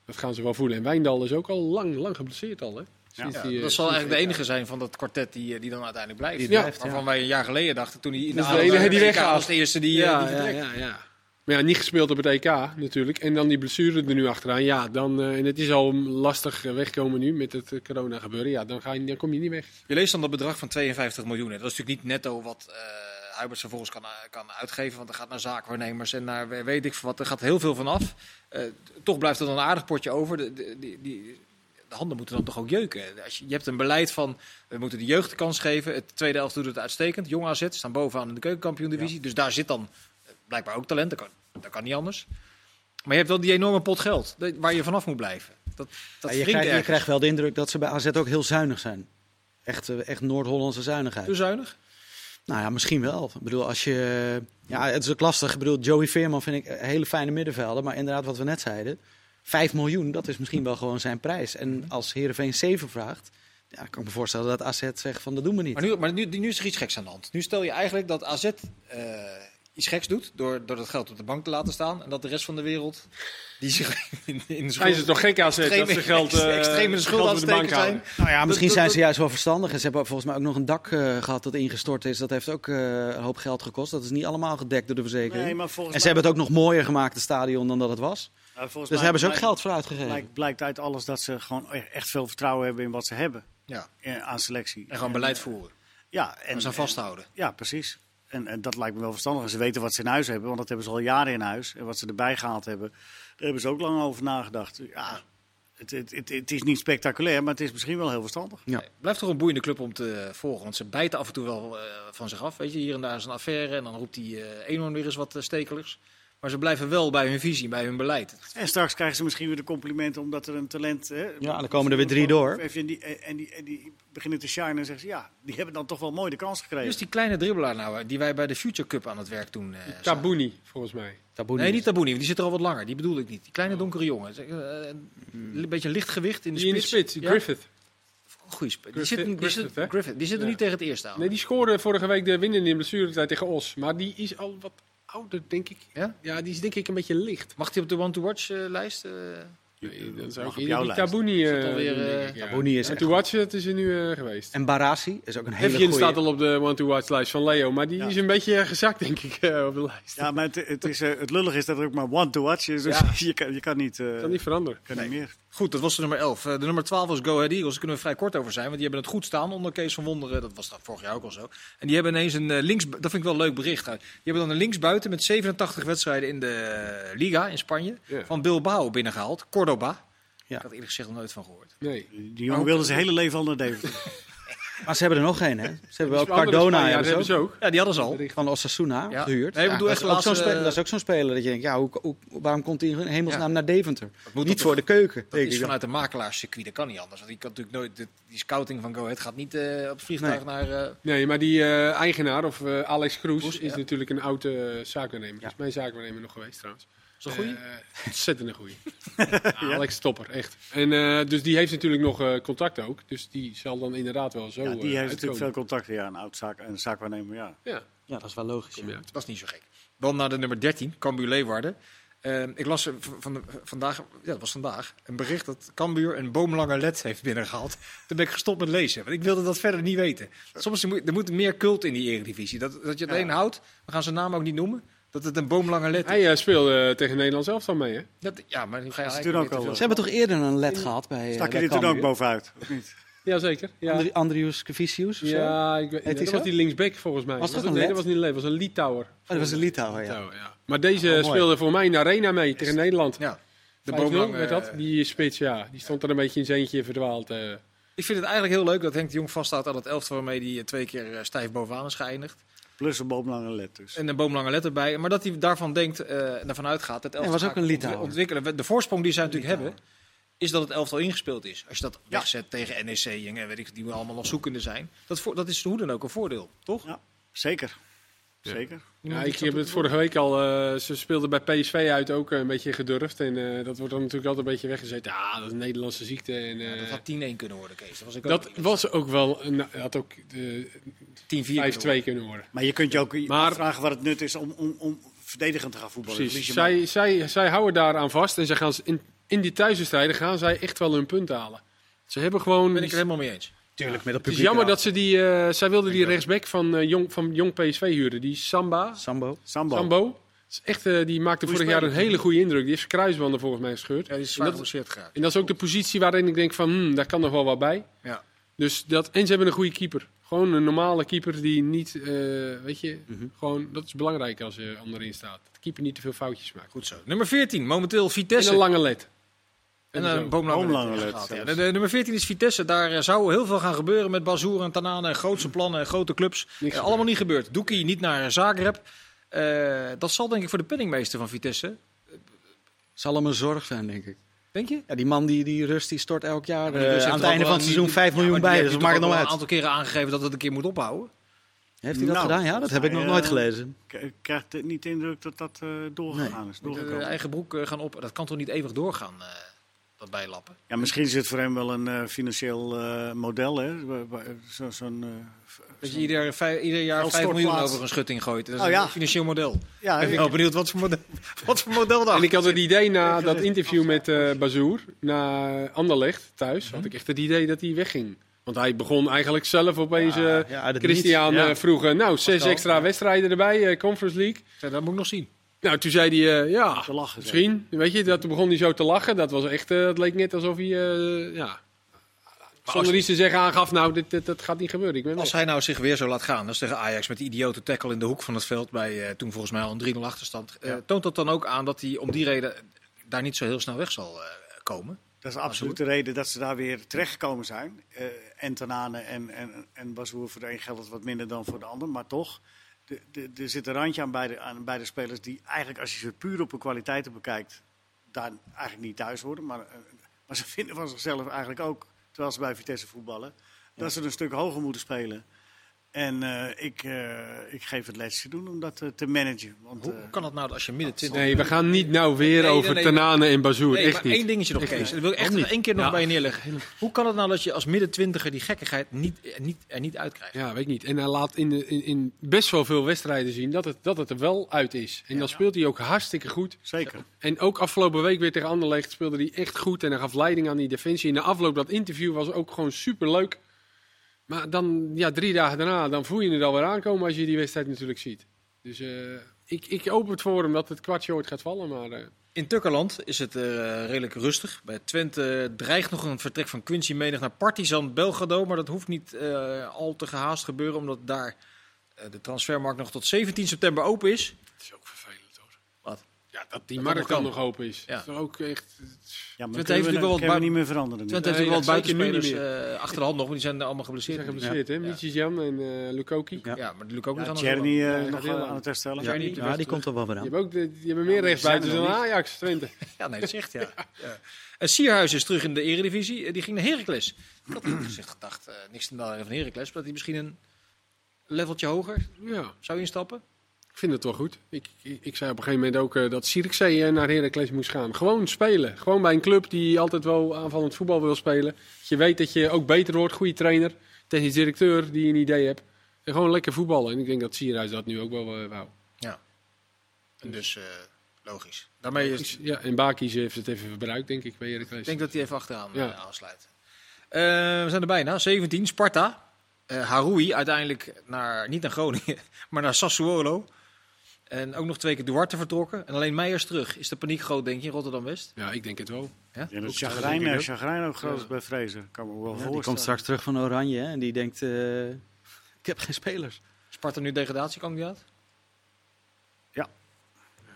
[SPEAKER 2] dat gaan ze wel voelen. En Wijndal is ook al lang, lang geblesseerd al, hè? Sinds
[SPEAKER 1] Ja,
[SPEAKER 2] die, eh,
[SPEAKER 1] dat zal
[SPEAKER 2] sinds
[SPEAKER 1] eigenlijk de
[SPEAKER 2] die-
[SPEAKER 1] enige zijn van dat kwartet die, eh, die dan uiteindelijk blijft.
[SPEAKER 4] Die
[SPEAKER 2] Ja.
[SPEAKER 4] blijft, ja.
[SPEAKER 1] Waarvan wij een jaar geleden dachten toen hij in de
[SPEAKER 2] Dat is de
[SPEAKER 1] aanloop
[SPEAKER 2] enige
[SPEAKER 1] naar
[SPEAKER 2] die
[SPEAKER 1] de WK
[SPEAKER 2] weggaat.
[SPEAKER 1] was de eerste die, eh,
[SPEAKER 2] Ja,
[SPEAKER 1] die
[SPEAKER 2] Ah, ja,
[SPEAKER 1] vertrekt.
[SPEAKER 2] ja, ja. Maar ja, niet gespeeld op het EK natuurlijk. En dan die blessure er nu achteraan. Ja, dan, eh, en het is al lastig eh, wegkomen nu met het eh, corona gebeuren. Ja, dan, ga je, dan kom je niet weg.
[SPEAKER 1] Je leest dan dat bedrag van 52 miljoen. hè. Dat is natuurlijk niet netto wat eh Huibert vervolgens kan, eh, kan uitgeven. Want er gaat naar zaakwaarnemers en naar we- weet ik veel wat. Er gaat heel veel van af. Eh, toch blijft er dan een aardig potje over. De, de, die, die, de handen moeten dan toch ook jeuken. Als je, je hebt een beleid van we moeten de jeugd de kans geven. Het tweede elftal doet het uitstekend. Jong AZ staan bovenaan in de keukenkampioen-divisie. Dus daar zit dan eh, blijkbaar ook talent. Dat kan, dat kan niet anders. Maar je hebt wel die enorme pot geld de- waar je vanaf moet blijven. Dat, dat
[SPEAKER 4] Ja, je,
[SPEAKER 1] wringt
[SPEAKER 4] krijgt, je
[SPEAKER 1] ergens.
[SPEAKER 4] krijgt wel de indruk dat ze bij AZ ook heel zuinig zijn. Echt, eh, echt Noord-Hollandse zuinigheid.
[SPEAKER 1] Te zuinig?
[SPEAKER 4] Nou ja, misschien wel. Ik bedoel, als je... Ja, het is ook lastig. Ik bedoel, Joey Veerman vind ik een hele fijne middenvelder. Maar inderdaad, wat we net zeiden. 5 miljoen, dat is misschien wel gewoon zijn prijs. En als Heerenveen 7 vraagt... Ja, kan ik me voorstellen dat AZ zegt van, dat doen we niet.
[SPEAKER 1] Maar, nu, maar nu, nu is er iets geks aan de hand. Nu stel je eigenlijk dat AZ eh, iets geks doet door, door dat geld op de bank te laten staan. En dat de rest van de wereld, die zich in, in de
[SPEAKER 2] Zijn ze
[SPEAKER 1] schuld,
[SPEAKER 2] toch gek aan zetten dat ze geld, eh,
[SPEAKER 1] extreem in de schuld
[SPEAKER 2] geld
[SPEAKER 1] aan
[SPEAKER 2] op
[SPEAKER 1] het
[SPEAKER 2] de
[SPEAKER 1] steken
[SPEAKER 2] bank
[SPEAKER 1] zijn.
[SPEAKER 2] houden?
[SPEAKER 4] Nou ja, misschien
[SPEAKER 1] dat-
[SPEAKER 4] zijn
[SPEAKER 1] dat-
[SPEAKER 4] ze juist wel verstandig. En ze hebben volgens mij ook nog een dak eh, gehad dat ingestort is. Dat heeft ook eh, een hoop geld gekost. Dat is niet allemaal gedekt door de verzekering.
[SPEAKER 3] Nee, maar volgens
[SPEAKER 4] en ze
[SPEAKER 3] mij-
[SPEAKER 4] hebben het ook nog mooier gemaakt, het stadion, dan dat het was.
[SPEAKER 3] Nou, volgens
[SPEAKER 4] Dus daar
[SPEAKER 3] mij
[SPEAKER 4] hebben ze ook
[SPEAKER 3] blijkt-
[SPEAKER 4] geld voor uitgegeven.
[SPEAKER 3] Blijkt, blijkt uit alles dat ze gewoon e- echt veel vertrouwen hebben in wat ze hebben.
[SPEAKER 1] Ja,
[SPEAKER 3] eh, aan selectie.
[SPEAKER 1] en gewoon beleid voeren.
[SPEAKER 3] Ja,
[SPEAKER 1] En
[SPEAKER 3] en,
[SPEAKER 1] ze aan
[SPEAKER 3] en-
[SPEAKER 1] vasthouden.
[SPEAKER 3] Ja, precies. En, en dat lijkt me wel verstandig. En ze weten wat ze in huis hebben, want dat hebben ze al jaren in huis. En wat ze erbij gehaald hebben, daar hebben ze ook lang over nagedacht. Ja, het, het, het, het is niet spectaculair, maar het is misschien wel heel verstandig.
[SPEAKER 4] Ja.
[SPEAKER 1] Nee, blijft toch een boeiende club om te volgen. Want ze bijten af en toe wel eh, van zich af. Weet je, hier en daar is een affaire. En dan roept die eh Enorm weer eens wat eh, stekelers. Maar ze blijven wel bij hun visie, bij hun beleid.
[SPEAKER 3] En straks krijgen ze misschien weer de complimenten omdat er een talent... Hè,
[SPEAKER 4] Ja, dan komen er weer drie door.
[SPEAKER 3] En die, en, die, en die beginnen te shinen en zeggen ze, ja, die hebben dan toch wel mooi de kans gekregen.
[SPEAKER 1] Dus die kleine dribbelaar nou, eh, die wij bij de Future Cup aan het werk doen. eh, zagen.
[SPEAKER 2] Tabouni, volgens mij.
[SPEAKER 4] Taboe
[SPEAKER 1] Nee,
[SPEAKER 4] niet.
[SPEAKER 1] niet Tabouni, want die zit er al wat langer. Die bedoel ik niet. Die kleine donkere jongen. Zeg, eh, Een li- beetje licht gewicht in de
[SPEAKER 2] Die in de
[SPEAKER 1] spits.
[SPEAKER 2] spits, die
[SPEAKER 1] Ja,
[SPEAKER 2] Griffith.
[SPEAKER 1] goeie spits. Die
[SPEAKER 2] Griffith-
[SPEAKER 1] zit, die zit,
[SPEAKER 2] Griffith, hè?
[SPEAKER 1] Griffith, die zit er
[SPEAKER 2] Ja.
[SPEAKER 1] nu tegen het eerste aan.
[SPEAKER 2] Nee, die scoorde vorige week de winnende in blessuretijd tegen Os. Maar die is al wat ouder, denk ik.
[SPEAKER 1] Ja?
[SPEAKER 2] Ja, die is denk ik een beetje licht.
[SPEAKER 1] Mag die op de one-to-watch-lijst?
[SPEAKER 2] Dan zou
[SPEAKER 3] mag
[SPEAKER 2] ik
[SPEAKER 3] op
[SPEAKER 2] eerder
[SPEAKER 3] jouw
[SPEAKER 2] die
[SPEAKER 3] lijst.
[SPEAKER 2] Tabouni...
[SPEAKER 1] Is dat alweer, eh,
[SPEAKER 4] Tabouni is
[SPEAKER 2] En
[SPEAKER 4] echt-
[SPEAKER 2] to watch, het is er nu eh, geweest.
[SPEAKER 4] En Barassi is ook een hele
[SPEAKER 2] Evjen
[SPEAKER 4] goede.
[SPEAKER 2] staat al op de one-to-watch-lijst van Leo, maar die
[SPEAKER 3] Ja.
[SPEAKER 2] is een beetje eh, gezakt, denk ik, eh, op de lijst.
[SPEAKER 3] Ja, maar het, het, is, eh, het lullig is dat er ook maar one to watch is. Dus je, kan, je kan niet, eh,
[SPEAKER 2] kan niet veranderen.
[SPEAKER 3] kan niet meer.
[SPEAKER 1] Goed, dat was de nummer 11. Eh, De nummer 12 was Go Ahead Eagles. Daar kunnen we vrij kort over zijn, want die hebben het goed staan onder Kees van Wonderen. Dat was dat vorig jaar ook al zo. En die hebben ineens een eh, links... Dat vind ik wel een leuk bericht. uit. Die hebben dan een linksbuiten met 87 wedstrijden in de eh, Liga in Spanje.
[SPEAKER 2] Ja.
[SPEAKER 1] Van Bilbao binnengehaald. Cordoba.
[SPEAKER 4] Ja.
[SPEAKER 1] Ik had eerlijk gezegd nog nooit van gehoord.
[SPEAKER 2] Nee.
[SPEAKER 3] Die jongen wilde zijn hele leven al naar Deventer.
[SPEAKER 4] Maar ze hebben er nog geen, hè? Ze hebben wel
[SPEAKER 2] Dus andere
[SPEAKER 4] Cardona
[SPEAKER 2] Spanjaarden
[SPEAKER 4] hebben ze ook.
[SPEAKER 2] ook.
[SPEAKER 1] Ja, die hadden ze al.
[SPEAKER 4] van Osasuna
[SPEAKER 1] Ja.
[SPEAKER 4] gehuurd.
[SPEAKER 1] Nee, ik bedoel
[SPEAKER 4] Ja,
[SPEAKER 1] echt
[SPEAKER 4] dat, is ook zo'n
[SPEAKER 1] laatste-
[SPEAKER 4] speler, dat is ook zo'n speler dat je denkt, ja, hoe, hoe- waarom komt hij in hemelsnaam
[SPEAKER 1] Ja.
[SPEAKER 4] naar Deventer?
[SPEAKER 1] moet
[SPEAKER 4] Niet
[SPEAKER 1] toch-
[SPEAKER 4] voor de keuken,
[SPEAKER 1] Dat
[SPEAKER 4] denk
[SPEAKER 1] is
[SPEAKER 4] ik.
[SPEAKER 1] vanuit de makelaarscircuit, dat kan niet anders. Want die, kan natuurlijk nooit, dit- die scouting van Go Ahead gaat niet eh, op het vliegtuig naar... eh,
[SPEAKER 2] Nee, maar die eh, eigenaar, of eh, Alex Kroes,
[SPEAKER 1] Kroes,
[SPEAKER 2] is
[SPEAKER 1] ja.
[SPEAKER 2] natuurlijk een oude eh, zaakwaarnemer.
[SPEAKER 4] Ja.
[SPEAKER 2] Is mijn zaakwaarnemer nog geweest, trouwens.
[SPEAKER 1] is dat goed?
[SPEAKER 2] Eh, ontzettend een goeie. Alex Stopper, echt. En, eh, dus die heeft natuurlijk nog eh, contact ook. Dus die zal dan inderdaad wel zo
[SPEAKER 3] Ja, die
[SPEAKER 2] eh,
[SPEAKER 3] heeft natuurlijk veel
[SPEAKER 2] uitkomen.
[SPEAKER 3] contacten. Ja, een oud zaak, een zaakwaarnemer, ja.
[SPEAKER 2] Ja,
[SPEAKER 4] Ja, dat is wel logisch.
[SPEAKER 2] kom je
[SPEAKER 4] Ja.
[SPEAKER 2] uit.
[SPEAKER 1] Dat is niet zo gek. Dan naar de nummer 13, Cambuur Leeuwarden. Eh, ik las eh, v- van de- vandaag, ja, dat was vandaag, een bericht dat Cambuur een boomlange led heeft binnengehaald. Toen ben ik gestopt met lezen, want ik wilde dat verder niet weten. Soms moet, er moet meer cult in die eredivisie. Dat, dat je het
[SPEAKER 3] Ja.
[SPEAKER 1] een houdt, we gaan zijn naam ook niet noemen, dat het een boomlange led
[SPEAKER 2] Hij
[SPEAKER 1] is.
[SPEAKER 2] eh, speelde tegen Nederland zelf dan mee, hè?
[SPEAKER 1] Dat, ja, maar nu ga je
[SPEAKER 3] Dat
[SPEAKER 1] eigenlijk
[SPEAKER 3] is toen ook
[SPEAKER 1] weer te
[SPEAKER 4] Ze
[SPEAKER 1] veel-
[SPEAKER 4] hebben toch eerder een led gehad bij, eh,
[SPEAKER 3] Stak je
[SPEAKER 4] bij
[SPEAKER 3] dit er ook
[SPEAKER 4] Cambuur?
[SPEAKER 3] bovenuit? Of niet?
[SPEAKER 2] Jazeker. Ja.
[SPEAKER 4] Andri- Andrius Kavicius of zo?
[SPEAKER 2] Ja, ik weet,
[SPEAKER 4] Heet die
[SPEAKER 2] dat
[SPEAKER 4] zo?
[SPEAKER 2] was die linksback volgens mij.
[SPEAKER 4] Was dat
[SPEAKER 2] het-
[SPEAKER 4] een
[SPEAKER 2] nee,
[SPEAKER 4] led?
[SPEAKER 2] dat was niet een led, dat was een Litouwer.
[SPEAKER 4] Oh, dat was een Litouwer, ja.
[SPEAKER 2] Litouwer, ja. Maar deze
[SPEAKER 4] mooi.
[SPEAKER 2] speelde voor mij in de arena mee tegen Nederland.
[SPEAKER 1] Ja, de
[SPEAKER 2] 5-0
[SPEAKER 1] boomlange
[SPEAKER 2] werd dat, die spits, ja. Die stond er een beetje in zijn eentje verdwaald. eh.
[SPEAKER 1] Ik vind het eigenlijk heel leuk dat Henk de Jong vasthoudt aan dat elftal waarmee hij eh, twee keer eh, stijf bovenaan is geëindigd.
[SPEAKER 3] Plus een boomlange led dus.
[SPEAKER 1] En een boomlange letter bij. Maar dat hij daarvan denkt, eh daarvan uitgaat. Het elftal
[SPEAKER 4] was ook
[SPEAKER 1] gaat
[SPEAKER 4] een Litouwer.
[SPEAKER 1] ontwikkelen. We- De voorsprong die zij natuurlijk hebben, is dat het elftal ingespeeld is. Als je dat
[SPEAKER 3] Ja.
[SPEAKER 1] wegzet tegen NEC en eh, weet ik, die allemaal nog zoekende zijn. Dat, voor, dat is hoe dan ook een voordeel, toch?
[SPEAKER 3] Ja, zeker. Zeker.
[SPEAKER 2] Ja, ik heb het vorige week al. eh, ze speelden bij PSV uit ook eh, een beetje gedurfd. En eh, dat wordt dan natuurlijk altijd een beetje weggezet. Ja, dat is een Nederlandse ziekte. En, eh,
[SPEAKER 1] Dat had 10-1 kunnen worden, Kees. Dat was ik
[SPEAKER 2] dat
[SPEAKER 1] ook.
[SPEAKER 2] was ook wel. een- nou, had ook de
[SPEAKER 1] 10-4. kunnen
[SPEAKER 2] 5-2 kunnen worden.
[SPEAKER 3] Maar je kunt je ook
[SPEAKER 2] Maar-
[SPEAKER 3] vragen wat het nut is om, om, om verdedigend te gaan voetballen.
[SPEAKER 2] Precies.
[SPEAKER 3] Verlies je
[SPEAKER 2] Zij, zij, zij houden daaraan vast. En zij gaan, ze in, in die thuiswedstrijden gaan zij echt wel hun punten halen. Ze hebben gewoon.
[SPEAKER 1] worden. Ben ik het helemaal mee eens.
[SPEAKER 4] Tuurlijk, met
[SPEAKER 2] het
[SPEAKER 4] dat
[SPEAKER 2] is
[SPEAKER 4] publiek.
[SPEAKER 2] jammer dat ze die. eh, zij wilden die rechtsback van, eh, jong, van jong PSV huren. Die Samba.
[SPEAKER 4] Sambo.
[SPEAKER 3] maar. Sambo.
[SPEAKER 2] Sambo. Dat is echt, eh, die maakte
[SPEAKER 3] Goeie
[SPEAKER 2] vorig jaar een
[SPEAKER 3] speler.
[SPEAKER 2] hele goede indruk. Die heeft zijn kruisbanden volgens mij gescheurd.
[SPEAKER 1] Ja, die is
[SPEAKER 2] En
[SPEAKER 1] zwaar
[SPEAKER 2] dat-
[SPEAKER 1] geblesseerd geraakt.
[SPEAKER 2] En dat is ook de positie waarin ik denk van, hmm, daar kan nog wel wat bij.
[SPEAKER 1] Ja.
[SPEAKER 2] Dus dat, en ze hebben een goede keeper. Gewoon een normale keeper die niet, eh, weet je, gewoon, dat is belangrijk als je onderin staat. Dat de keeper niet te veel foutjes maakt.
[SPEAKER 1] Goed zo. Nummer 14, momenteel
[SPEAKER 2] En
[SPEAKER 1] Vitesse.
[SPEAKER 2] een lange led.
[SPEAKER 1] En
[SPEAKER 2] En
[SPEAKER 1] een
[SPEAKER 2] zo.
[SPEAKER 1] boomlange,
[SPEAKER 3] Boomlange
[SPEAKER 1] led
[SPEAKER 3] led,
[SPEAKER 1] gehad, ja.
[SPEAKER 3] zelfs.
[SPEAKER 1] de, de nummer 14 is Vitesse. Daar eh, zou heel veel gaan gebeuren met Bazoer en Tanane. Grootse plannen, grote clubs. Eh,
[SPEAKER 2] gebeurd.
[SPEAKER 1] allemaal niet gebeurd. Doekie niet naar Zagreb. Eh, dat zal denk ik voor de penningmeester van Vitesse.
[SPEAKER 4] Zal hem een zorg zijn, denk ik.
[SPEAKER 1] Denk je?
[SPEAKER 4] Ja, die man die, die rust, die stort elk jaar
[SPEAKER 1] Ja,
[SPEAKER 4] eh, aan Eh, het einde van het seizoen 5 miljoen bij. Dus dat maakt het nou
[SPEAKER 1] nog
[SPEAKER 4] uit.
[SPEAKER 1] een aantal keren aangegeven dat het een keer moet ophouden.
[SPEAKER 4] Heeft hij dat
[SPEAKER 3] Nou,
[SPEAKER 4] gedaan? Ja, dat
[SPEAKER 3] volgens
[SPEAKER 4] heb ik nog
[SPEAKER 3] mij,
[SPEAKER 4] nooit
[SPEAKER 3] eh,
[SPEAKER 4] gelezen.
[SPEAKER 3] K- Ik krijg de- niet de indruk dat dat eh, doorgegaan is.
[SPEAKER 1] Moet
[SPEAKER 3] doorgekomen.
[SPEAKER 1] eh, eigen broek eh, gaan op. Dat kan toch niet eeuwig doorgaan, eh, dat bijlappen.
[SPEAKER 3] Ja, misschien is het voor hem wel een eh, financieel eh, model. hè. Wa- wa- zo- Zo'n. eh, v-
[SPEAKER 1] Dat je
[SPEAKER 3] zo'n-
[SPEAKER 1] ieder, vij- ieder jaar
[SPEAKER 3] Als
[SPEAKER 1] 5 miljoen
[SPEAKER 3] stortplaats.
[SPEAKER 1] over een schutting gooit. Dat is
[SPEAKER 3] Oh, ja.
[SPEAKER 1] een financieel model.
[SPEAKER 3] ja,
[SPEAKER 1] ik ben wel benieuwd wat voor model, wat voor model dat
[SPEAKER 2] En ik had het idee na dat interview met eh Bazoer, na Anderlecht
[SPEAKER 1] Mhm.
[SPEAKER 2] thuis, had ik echt het idee dat hij wegging. Want hij begon eigenlijk zelf opeens, eh
[SPEAKER 4] ja, uit het
[SPEAKER 2] Christian
[SPEAKER 1] niets, ja.
[SPEAKER 2] eh, vroeg, eh, nou, zes
[SPEAKER 1] Pascal,
[SPEAKER 2] extra wedstrijden erbij, eh, Conference League.
[SPEAKER 1] Ja, dat moet ik nog zien.
[SPEAKER 2] Nou, toen zei hij, eh, ja,
[SPEAKER 3] te lachen. zeg.
[SPEAKER 2] Misschien, weet je, dat toen begon hij zo te lachen. Dat was echt, eh, het leek net alsof hij, eh, ja, zonder iets te zeggen aangaf, nou, dit, dit- dat gaat niet gebeuren. Ik ben
[SPEAKER 1] Als
[SPEAKER 2] weg.
[SPEAKER 1] hij nou zich weer zo laat gaan, dat is tegen Ajax met die idiote tackle in de hoek van het veld bij eh, toen volgens mij al een 3-0 achterstand. eh, toont dat dan ook aan dat hij om die reden daar niet zo heel snel weg zal eh, komen?
[SPEAKER 3] Dat is absoluut de reden dat ze daar weer terechtgekomen zijn. Eh, en Tanane en, en, en Bashoer voor de een geldt het wat minder dan voor de ander. Maar toch, de- de- er zit een randje aan beide, aan beide spelers die eigenlijk, als je ze puur op hun kwaliteiten bekijkt, daar eigenlijk niet thuis horen. Maar, eh, maar ze vinden van zichzelf eigenlijk ook, terwijl ze bij Vitesse voetballen, dat ze een stuk hoger moeten spelen. En eh, ik, eh, ik geef het lesje doen om dat eh, te managen. Want,
[SPEAKER 1] Hoe
[SPEAKER 3] eh,
[SPEAKER 1] kan dat nou als je midden 20
[SPEAKER 2] Nee, we gaan niet nou weer
[SPEAKER 1] Nee, nee,
[SPEAKER 2] over
[SPEAKER 1] nee.
[SPEAKER 2] Tanane en Bazoer,
[SPEAKER 1] Nee,
[SPEAKER 2] echt
[SPEAKER 1] maar
[SPEAKER 2] niet.
[SPEAKER 1] één dingetje nog, Kees. Dat wil ik echt nog één keer nog
[SPEAKER 2] Ja.
[SPEAKER 1] bij je neerleggen. Hoe kan het nou dat je als midden twintiger die gekkigheid niet, eh, niet, er niet uitkrijgt?
[SPEAKER 2] Ja, weet ik niet. En hij laat in, de, in, in best wel veel wedstrijden zien dat het, dat het er wel uit is. En dan speelt hij ook hartstikke goed.
[SPEAKER 3] Zeker.
[SPEAKER 2] En ook afgelopen week weer tegen Anderlecht speelde hij echt goed. En hij gaf leiding aan die defensie. In de afloop dat interview was ook gewoon superleuk. Maar dan, ja, drie dagen daarna, dan voel je het alweer aankomen als je die wedstrijd natuurlijk ziet. Dus eh, ik, ik hoop het voor hem dat het kwartje ooit gaat vallen. Maar eh,
[SPEAKER 1] In Tukkerland is het eh, redelijk rustig. Bij Twente dreigt nog een vertrek van Quincy Menig naar Partizan Belgrado. Maar dat hoeft niet eh, al te gehaast gebeuren, omdat daar eh, de transfermarkt nog tot 17 september open is.
[SPEAKER 2] het is ook vervelend hoor.
[SPEAKER 1] Wat?
[SPEAKER 2] Ja, dat die
[SPEAKER 1] Dat
[SPEAKER 2] markt
[SPEAKER 1] allemaal
[SPEAKER 2] dan
[SPEAKER 1] kan.
[SPEAKER 2] nog open is.
[SPEAKER 1] Ja.
[SPEAKER 2] Dat is ook echt...
[SPEAKER 3] Ja, maar
[SPEAKER 1] Twente
[SPEAKER 3] kunnen
[SPEAKER 1] heeft
[SPEAKER 3] we,
[SPEAKER 1] natuurlijk wel wat
[SPEAKER 3] kunnen we
[SPEAKER 1] bui-
[SPEAKER 3] niet meer veranderen. nu.
[SPEAKER 1] Twente
[SPEAKER 2] Nee,
[SPEAKER 1] heeft natuurlijk wel
[SPEAKER 2] dat zeker nu niet
[SPEAKER 1] buitenspelers eh, achter de hand nog, maar die zijn allemaal
[SPEAKER 2] Ze
[SPEAKER 1] geblesseerd.
[SPEAKER 2] zijn geblesseerd, hè?
[SPEAKER 1] Ja.
[SPEAKER 2] Mietjes Jan en eh Lukoki.
[SPEAKER 4] Ja.
[SPEAKER 1] Ja, maar natuurlijk ook
[SPEAKER 3] Ja,
[SPEAKER 1] weer aan de
[SPEAKER 3] Tjerny
[SPEAKER 1] hand.
[SPEAKER 3] eh,
[SPEAKER 2] Ja,
[SPEAKER 3] nog
[SPEAKER 2] heel
[SPEAKER 3] eh,
[SPEAKER 2] lang.
[SPEAKER 3] aan het herstellen.
[SPEAKER 4] Ja,
[SPEAKER 1] Zijn die
[SPEAKER 4] die,
[SPEAKER 1] te
[SPEAKER 4] ja,
[SPEAKER 1] best
[SPEAKER 4] die
[SPEAKER 1] terug?
[SPEAKER 4] komt er wel weer
[SPEAKER 2] Je
[SPEAKER 4] aan.
[SPEAKER 2] hebt ook de, je hebt meer rechtsbuiten
[SPEAKER 3] zijn er
[SPEAKER 2] dan
[SPEAKER 3] nog
[SPEAKER 2] Ajax, Twente.
[SPEAKER 1] Ja, nee, dat zegt ja. ja. Eh, Sierhuis is terug in de eredivisie. Eh, die ging naar Heracles. Ik had eerlijk gezegd gedacht, eh, niks te nadelen van Heracles, maar dat hij misschien een leveltje hoger
[SPEAKER 2] Ja.
[SPEAKER 1] zou instappen.
[SPEAKER 2] Ik vind het wel goed. Ik, ik, ik zei op een gegeven moment ook eh, dat Sirkzee eh, naar Heracles moest gaan. Gewoon spelen. Gewoon bij een club die altijd wel aanvallend voetbal wil spelen. Dat je weet dat je ook beter wordt. Goede trainer, technisch directeur die een idee hebt. En gewoon lekker voetballen. En ik denk dat Sierhuis dat nu ook wel eh, wou.
[SPEAKER 1] En dus eh, Logisch. Daarmee is het-
[SPEAKER 2] Ja, en Bakis heeft het even verbruikt, denk ik, bij
[SPEAKER 1] ik
[SPEAKER 2] Heracles.
[SPEAKER 1] denk dat hij even achteraan
[SPEAKER 2] Ja.
[SPEAKER 1] eh, aansluit. Eh, we zijn er bijna. 17, Sparta. Eh Haroui uiteindelijk naar, niet naar Groningen, maar naar Sassuolo. En ook nog twee keer Duarte vertrokken. En alleen Meijers terug. Is de paniek groot, denk je, in Rotterdam-West?
[SPEAKER 2] Ja, ik denk het wel.
[SPEAKER 3] En
[SPEAKER 2] Ook
[SPEAKER 3] het
[SPEAKER 2] dat
[SPEAKER 3] chagrijn,
[SPEAKER 2] denk ik
[SPEAKER 3] eh,
[SPEAKER 2] ook.
[SPEAKER 3] chagrijn ook groot
[SPEAKER 2] Ja.
[SPEAKER 3] bij Vrezen. Kan me wel
[SPEAKER 4] Ja, die
[SPEAKER 3] voorstellen.
[SPEAKER 4] komt straks terug van Oranje hè, en die denkt, eh, ik heb geen spelers.
[SPEAKER 1] Sparta nu degradatiekandidaat?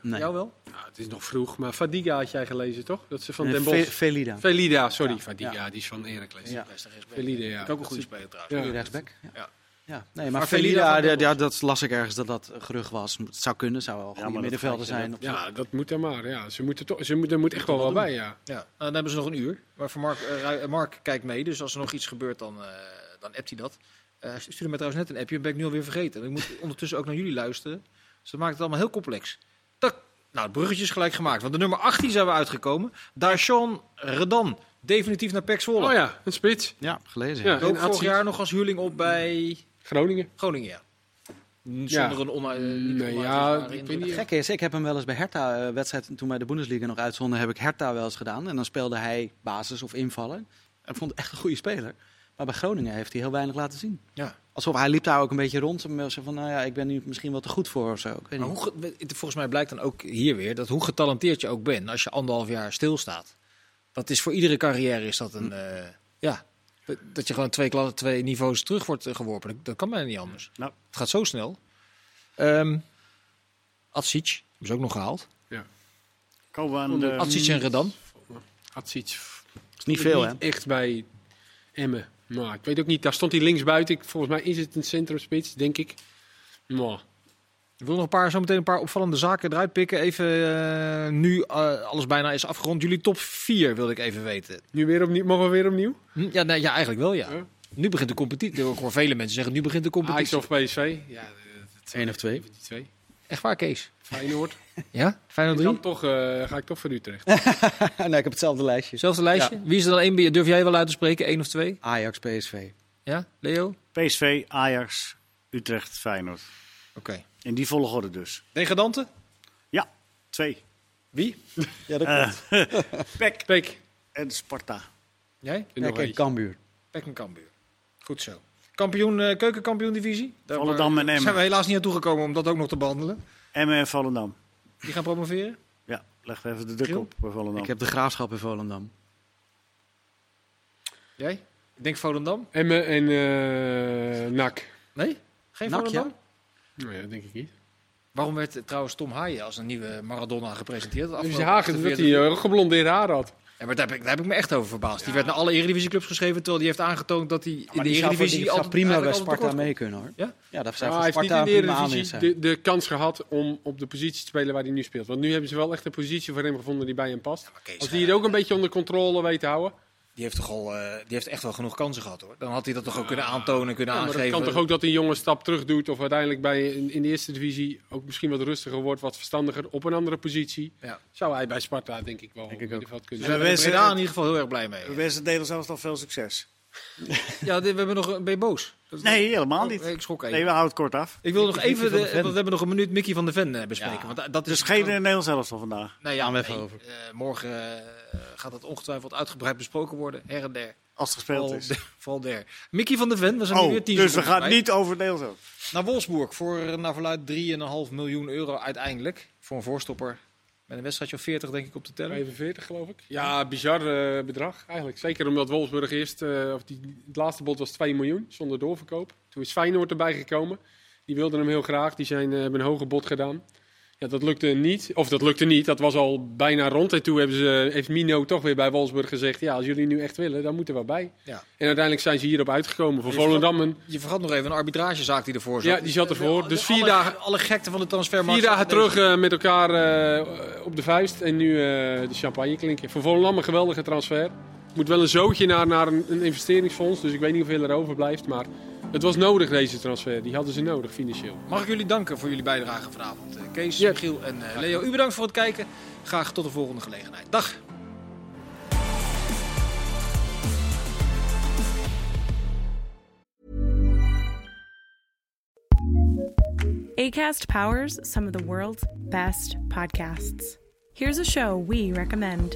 [SPEAKER 4] Nee.
[SPEAKER 1] Jou wel?
[SPEAKER 2] Nou, het is nog vroeg, maar Fadiga had jij gelezen, toch? Dat ze van
[SPEAKER 4] Eh,
[SPEAKER 2] Den
[SPEAKER 4] Ve-
[SPEAKER 2] Bosch...
[SPEAKER 4] Velida.
[SPEAKER 2] Velida, sorry,
[SPEAKER 4] Ja.
[SPEAKER 2] Fadiga, die is van Heracles.
[SPEAKER 4] Ja.
[SPEAKER 1] Best een rechtsback.
[SPEAKER 2] Velida, ja.
[SPEAKER 1] Vind ik ook een goede speler trouwens.
[SPEAKER 2] Ja.
[SPEAKER 4] Die rechtsback. Ja.
[SPEAKER 1] Ja.
[SPEAKER 4] Ja. Nee, maar,
[SPEAKER 1] Maar Velida
[SPEAKER 4] Velida,
[SPEAKER 1] van Den
[SPEAKER 4] ja, ja, dat las ik ergens dat dat een gerucht was. Het zou kunnen, zou wel een
[SPEAKER 3] Ja,
[SPEAKER 4] goede
[SPEAKER 3] maar dat
[SPEAKER 4] middenvelder
[SPEAKER 3] gaat je
[SPEAKER 4] zijn.
[SPEAKER 3] net-
[SPEAKER 4] op zich.
[SPEAKER 2] Ja, dat moet dan maar. Ja. Ze moeten toch, ze moeten, er moet echt wel wat
[SPEAKER 1] wel
[SPEAKER 2] bij, ja.
[SPEAKER 1] Ja, nou, dan hebben ze nog een uur. Maar voor Mark, eh, Ru- eh, Mark kijkt mee, dus als er nog iets gebeurt, dan, eh, dan appt hij dat. Eh stuurde mij trouwens net een appje, ben ik nu alweer vergeten. Ik moet ondertussen ook naar jullie luisteren. Dus dat maakt het allemaal heel complex. Dat, nou, het bruggetje is gelijk gemaakt. Want de nummer 18 zijn we uitgekomen. Darshan Redan, definitief naar Pek Zwolle.
[SPEAKER 2] Oh ja, een spits.
[SPEAKER 4] Ja, gelezen.
[SPEAKER 2] Ja.
[SPEAKER 4] Ja.
[SPEAKER 1] Dook
[SPEAKER 2] en
[SPEAKER 1] vorig
[SPEAKER 2] Atsi-
[SPEAKER 1] jaar nog als huurling op bij
[SPEAKER 2] Groningen.
[SPEAKER 1] Groningen, ja. Zonder
[SPEAKER 2] Ja.
[SPEAKER 1] een onuit... eh, niet
[SPEAKER 2] Nee,
[SPEAKER 1] onuitwisbare
[SPEAKER 2] ja, ik weet
[SPEAKER 1] indruk.
[SPEAKER 2] niet.
[SPEAKER 4] Het gekke is, ik heb hem wel eens bij Hertha, eh, wedstrijd toen wij de Bundesliga nog uitzonden, heb ik Hertha wel eens gedaan. En dan speelde hij basis of invallen. En vond het echt een goede speler. Maar bij Groningen heeft hij heel weinig laten zien.
[SPEAKER 1] Ja.
[SPEAKER 4] Alsof hij liep daar ook een beetje rond. En zo van, nou ja, ik ben nu misschien wel te goed voor of zo. Ik weet
[SPEAKER 1] Maar
[SPEAKER 4] niet.
[SPEAKER 1] hoe, ge- het- volgens mij blijkt dan ook hier weer dat hoe getalenteerd je ook bent, als je anderhalf jaar stilstaat, dat is voor iedere carrière is dat een. eh, ja, dat- dat je gewoon twee, kla- twee niveaus terug wordt eh, geworpen. Dat, dat kan bijna niet anders.
[SPEAKER 3] Nou.
[SPEAKER 1] Het gaat zo snel. Ehm Atsic, hebben ze ook nog gehaald.
[SPEAKER 3] Komen we aan de...
[SPEAKER 1] Atsic en Redan.
[SPEAKER 2] Had iets
[SPEAKER 4] is niet veel, hè?
[SPEAKER 2] niet echt bij Emmen. Maar ik weet ook niet, daar stond hij links buiten. Ik- Volgens mij is het een centrumspits, denk ik. Maar
[SPEAKER 1] Ik wil nog een paar, zometeen een paar opvallende zaken eruit pikken. Even eh, nu eh, alles bijna is afgerond. Jullie top 4 wilde ik even weten.
[SPEAKER 2] nu weer opnieuw, mogen we weer opnieuw?
[SPEAKER 1] Hm, Ja, nee, ja eigenlijk wel ja.
[SPEAKER 2] Ja.
[SPEAKER 1] Nu begint de competitie. Ik hoor vele mensen zeggen, nu begint de
[SPEAKER 2] Ajax
[SPEAKER 1] competitie.
[SPEAKER 2] of PSV? Ja, eh, het
[SPEAKER 4] Eén of twee.
[SPEAKER 2] Die twee.
[SPEAKER 1] Echt waar, Kees?
[SPEAKER 2] Feyenoord.
[SPEAKER 1] Ja? Feyenoord
[SPEAKER 2] Dan
[SPEAKER 1] 3?
[SPEAKER 2] toch, eh, ga ik toch voor Utrecht.
[SPEAKER 4] nee, Nou, ik heb hetzelfde lijstje.
[SPEAKER 1] Zelfde lijstje. Wie is er dan één? bij- Durf jij wel uit te spreken? Eén of twee?
[SPEAKER 4] Ajax, PSV.
[SPEAKER 1] Ja, Leo? Oké.
[SPEAKER 3] PSV, Ajax, Utrecht, Feyenoord. In die volgorde dus.
[SPEAKER 1] Degradanten?
[SPEAKER 3] Ja, twee.
[SPEAKER 1] Wie?
[SPEAKER 4] Ja, dat
[SPEAKER 3] Eh,
[SPEAKER 2] Pek. Pek.
[SPEAKER 3] en Sparta.
[SPEAKER 1] Jij?
[SPEAKER 2] En nog eentje.
[SPEAKER 4] Kambuur.
[SPEAKER 1] Pek en Cambuur. Goed zo. Kampioen, eh keukenkampioen divisie? Daar
[SPEAKER 3] Volendam en Emmen.
[SPEAKER 1] zijn we helaas niet aan toegekomen om dat ook nog te behandelen.
[SPEAKER 3] Emmen en Volendam.
[SPEAKER 1] Die gaan promoveren?
[SPEAKER 3] Ja, leg even de druk
[SPEAKER 1] Giel?
[SPEAKER 3] op bij Volendam.
[SPEAKER 4] Ik heb de graafschap in Volendam.
[SPEAKER 1] Jij? Ik denk Volendam.
[SPEAKER 2] Emmen en eh NAC.
[SPEAKER 1] Nee? Geen
[SPEAKER 4] Nak,
[SPEAKER 1] Volendam?
[SPEAKER 4] ja.
[SPEAKER 2] Nou ja, denk ik niet.
[SPEAKER 1] Waarom werd eh, trouwens Tom Haaien als een nieuwe Maradona gepresenteerd? De
[SPEAKER 2] Dus
[SPEAKER 1] afgelopen
[SPEAKER 2] Hagen, dat
[SPEAKER 1] 48
[SPEAKER 2] hij eh, geblondeerd haar had.
[SPEAKER 1] Ja, maar daar heb, ik, daar heb ik me echt over verbaasd. Die werd naar alle Eredivisieclubs geschreven, terwijl die heeft aangetoond dat hij in de
[SPEAKER 4] die zou, voor- die
[SPEAKER 1] Eredivisie
[SPEAKER 4] zou
[SPEAKER 1] altijd-
[SPEAKER 4] prima bij
[SPEAKER 1] eigenlijk altijd
[SPEAKER 4] Sparta
[SPEAKER 1] tekort
[SPEAKER 4] mee kunnen, hoor.
[SPEAKER 1] Ja?
[SPEAKER 4] Ja,
[SPEAKER 2] Ja,
[SPEAKER 4] daar zou voor
[SPEAKER 2] Nou, hij heeft niet
[SPEAKER 4] Sparta
[SPEAKER 2] in de
[SPEAKER 4] prima aanwinst
[SPEAKER 2] Eredivisie
[SPEAKER 4] zijn.
[SPEAKER 2] de, de kans gehad om op de positie te spelen waar hij nu speelt. Want nu hebben ze wel echt een positie voor hem gevonden die bij hem past.
[SPEAKER 1] komt. Maar Kees,
[SPEAKER 2] Als hij het ook een beetje onder controle weet te houden.
[SPEAKER 1] Die heeft, toch al, eh, die heeft echt wel genoeg kansen gehad hoor. Dan had hij dat toch ook kunnen aantonen, kunnen
[SPEAKER 2] Ja, maar het
[SPEAKER 1] aangeven.
[SPEAKER 2] kan toch ook dat een jongen een stap terug doet. Of uiteindelijk bij, in, in de eerste divisie ook misschien wat rustiger wordt. Wat verstandiger op een andere positie.
[SPEAKER 1] Ja.
[SPEAKER 2] Zou hij bij Sparta denk ik wel
[SPEAKER 4] Denk ik
[SPEAKER 2] in
[SPEAKER 4] ook.
[SPEAKER 2] ieder geval kunnen.
[SPEAKER 1] Dus we
[SPEAKER 3] Ja,
[SPEAKER 1] zijn
[SPEAKER 3] we
[SPEAKER 1] daar in
[SPEAKER 3] wensen-
[SPEAKER 1] ieder geval heel erg blij mee.
[SPEAKER 3] We wensen Nederland zelfs al veel succes.
[SPEAKER 1] Ja, dit- we hebben nog, ben je boos? Dat is-
[SPEAKER 3] Nee, helemaal
[SPEAKER 1] Oh,
[SPEAKER 3] niet.
[SPEAKER 1] Ik schrok even.
[SPEAKER 3] Nee, we houden het kort af.
[SPEAKER 1] ik wil nog even,
[SPEAKER 4] van de
[SPEAKER 1] de-
[SPEAKER 4] Ven.
[SPEAKER 1] want we hebben nog een minuut Mickey van de Ven eh, bespreken.
[SPEAKER 4] Ja.
[SPEAKER 1] Want da- dat is
[SPEAKER 3] Dus geen eh, Nederlands elftal vandaag.
[SPEAKER 1] Nee, ja,
[SPEAKER 4] Gaan we even
[SPEAKER 1] nee,
[SPEAKER 4] over.
[SPEAKER 1] eh, morgen eh, gaat dat ongetwijfeld uitgebreid besproken worden. Her en der.
[SPEAKER 3] Als het gespeeld
[SPEAKER 1] Vooral
[SPEAKER 3] is.
[SPEAKER 1] der. vooral der. Mickey van de Ven, we zijn nu
[SPEAKER 3] Oh,
[SPEAKER 1] weer 10
[SPEAKER 3] dus we
[SPEAKER 1] seconden
[SPEAKER 3] gaan
[SPEAKER 1] bij.
[SPEAKER 3] niet over het Nederlands elftal.
[SPEAKER 1] Naar Wolfsburg voor eh, naar verluid 3,5 miljoen euro uiteindelijk. Voor een voorstopper met een wedstrijdje of 40 denk ik op de teller.
[SPEAKER 2] 45 geloof ik. Ja, bizar eh, bedrag eigenlijk. Zeker omdat Wolfsburg eerst, eh, of die, het laatste bod was 2 miljoen zonder doorverkoop. Toen is Feyenoord erbij gekomen. Die wilden hem heel graag. Die zijn, eh, hebben een hoger bod gedaan. Ja, dat lukte niet. Of dat lukte niet. Dat was al bijna rond. En toen hebben ze, heeft Mino toch weer bij Wolfsburg gezegd... ja, als jullie nu echt willen, dan moeten we bij.
[SPEAKER 1] Ja.
[SPEAKER 2] En uiteindelijk zijn ze hierop uitgekomen. Voor
[SPEAKER 1] Is dat-
[SPEAKER 2] Volendam een
[SPEAKER 1] Je vergat nog even een arbitragezaak die ervoor zat.
[SPEAKER 2] Ja, die zat ervoor.
[SPEAKER 1] De-
[SPEAKER 2] Dus
[SPEAKER 1] de-
[SPEAKER 2] vier
[SPEAKER 1] alle,
[SPEAKER 2] dagen-
[SPEAKER 1] Alle gekte van de transfermarkt.
[SPEAKER 2] Vier dagen
[SPEAKER 1] zaten
[SPEAKER 2] terug eh, met elkaar eh, op de vuist en nu eh, de champagne klinken. Voor Volendam een geweldige transfer. Moet wel een zootje naar, naar een, een investeringsfonds, dus ik weet niet hoeveel er overblijft. Maar het was nodig deze transfer, die hadden ze nodig financieel.
[SPEAKER 1] deze. Mag ik jullie danken voor jullie bijdrage vanavond. Eh, Kees,
[SPEAKER 2] Ja.
[SPEAKER 1] Michiel en eh, Leo, u bedankt voor het kijken. Graag tot de volgende gelegenheid. Dag.
[SPEAKER 5] ACAST powers some of the world's best podcasts. Here's a show we recommend.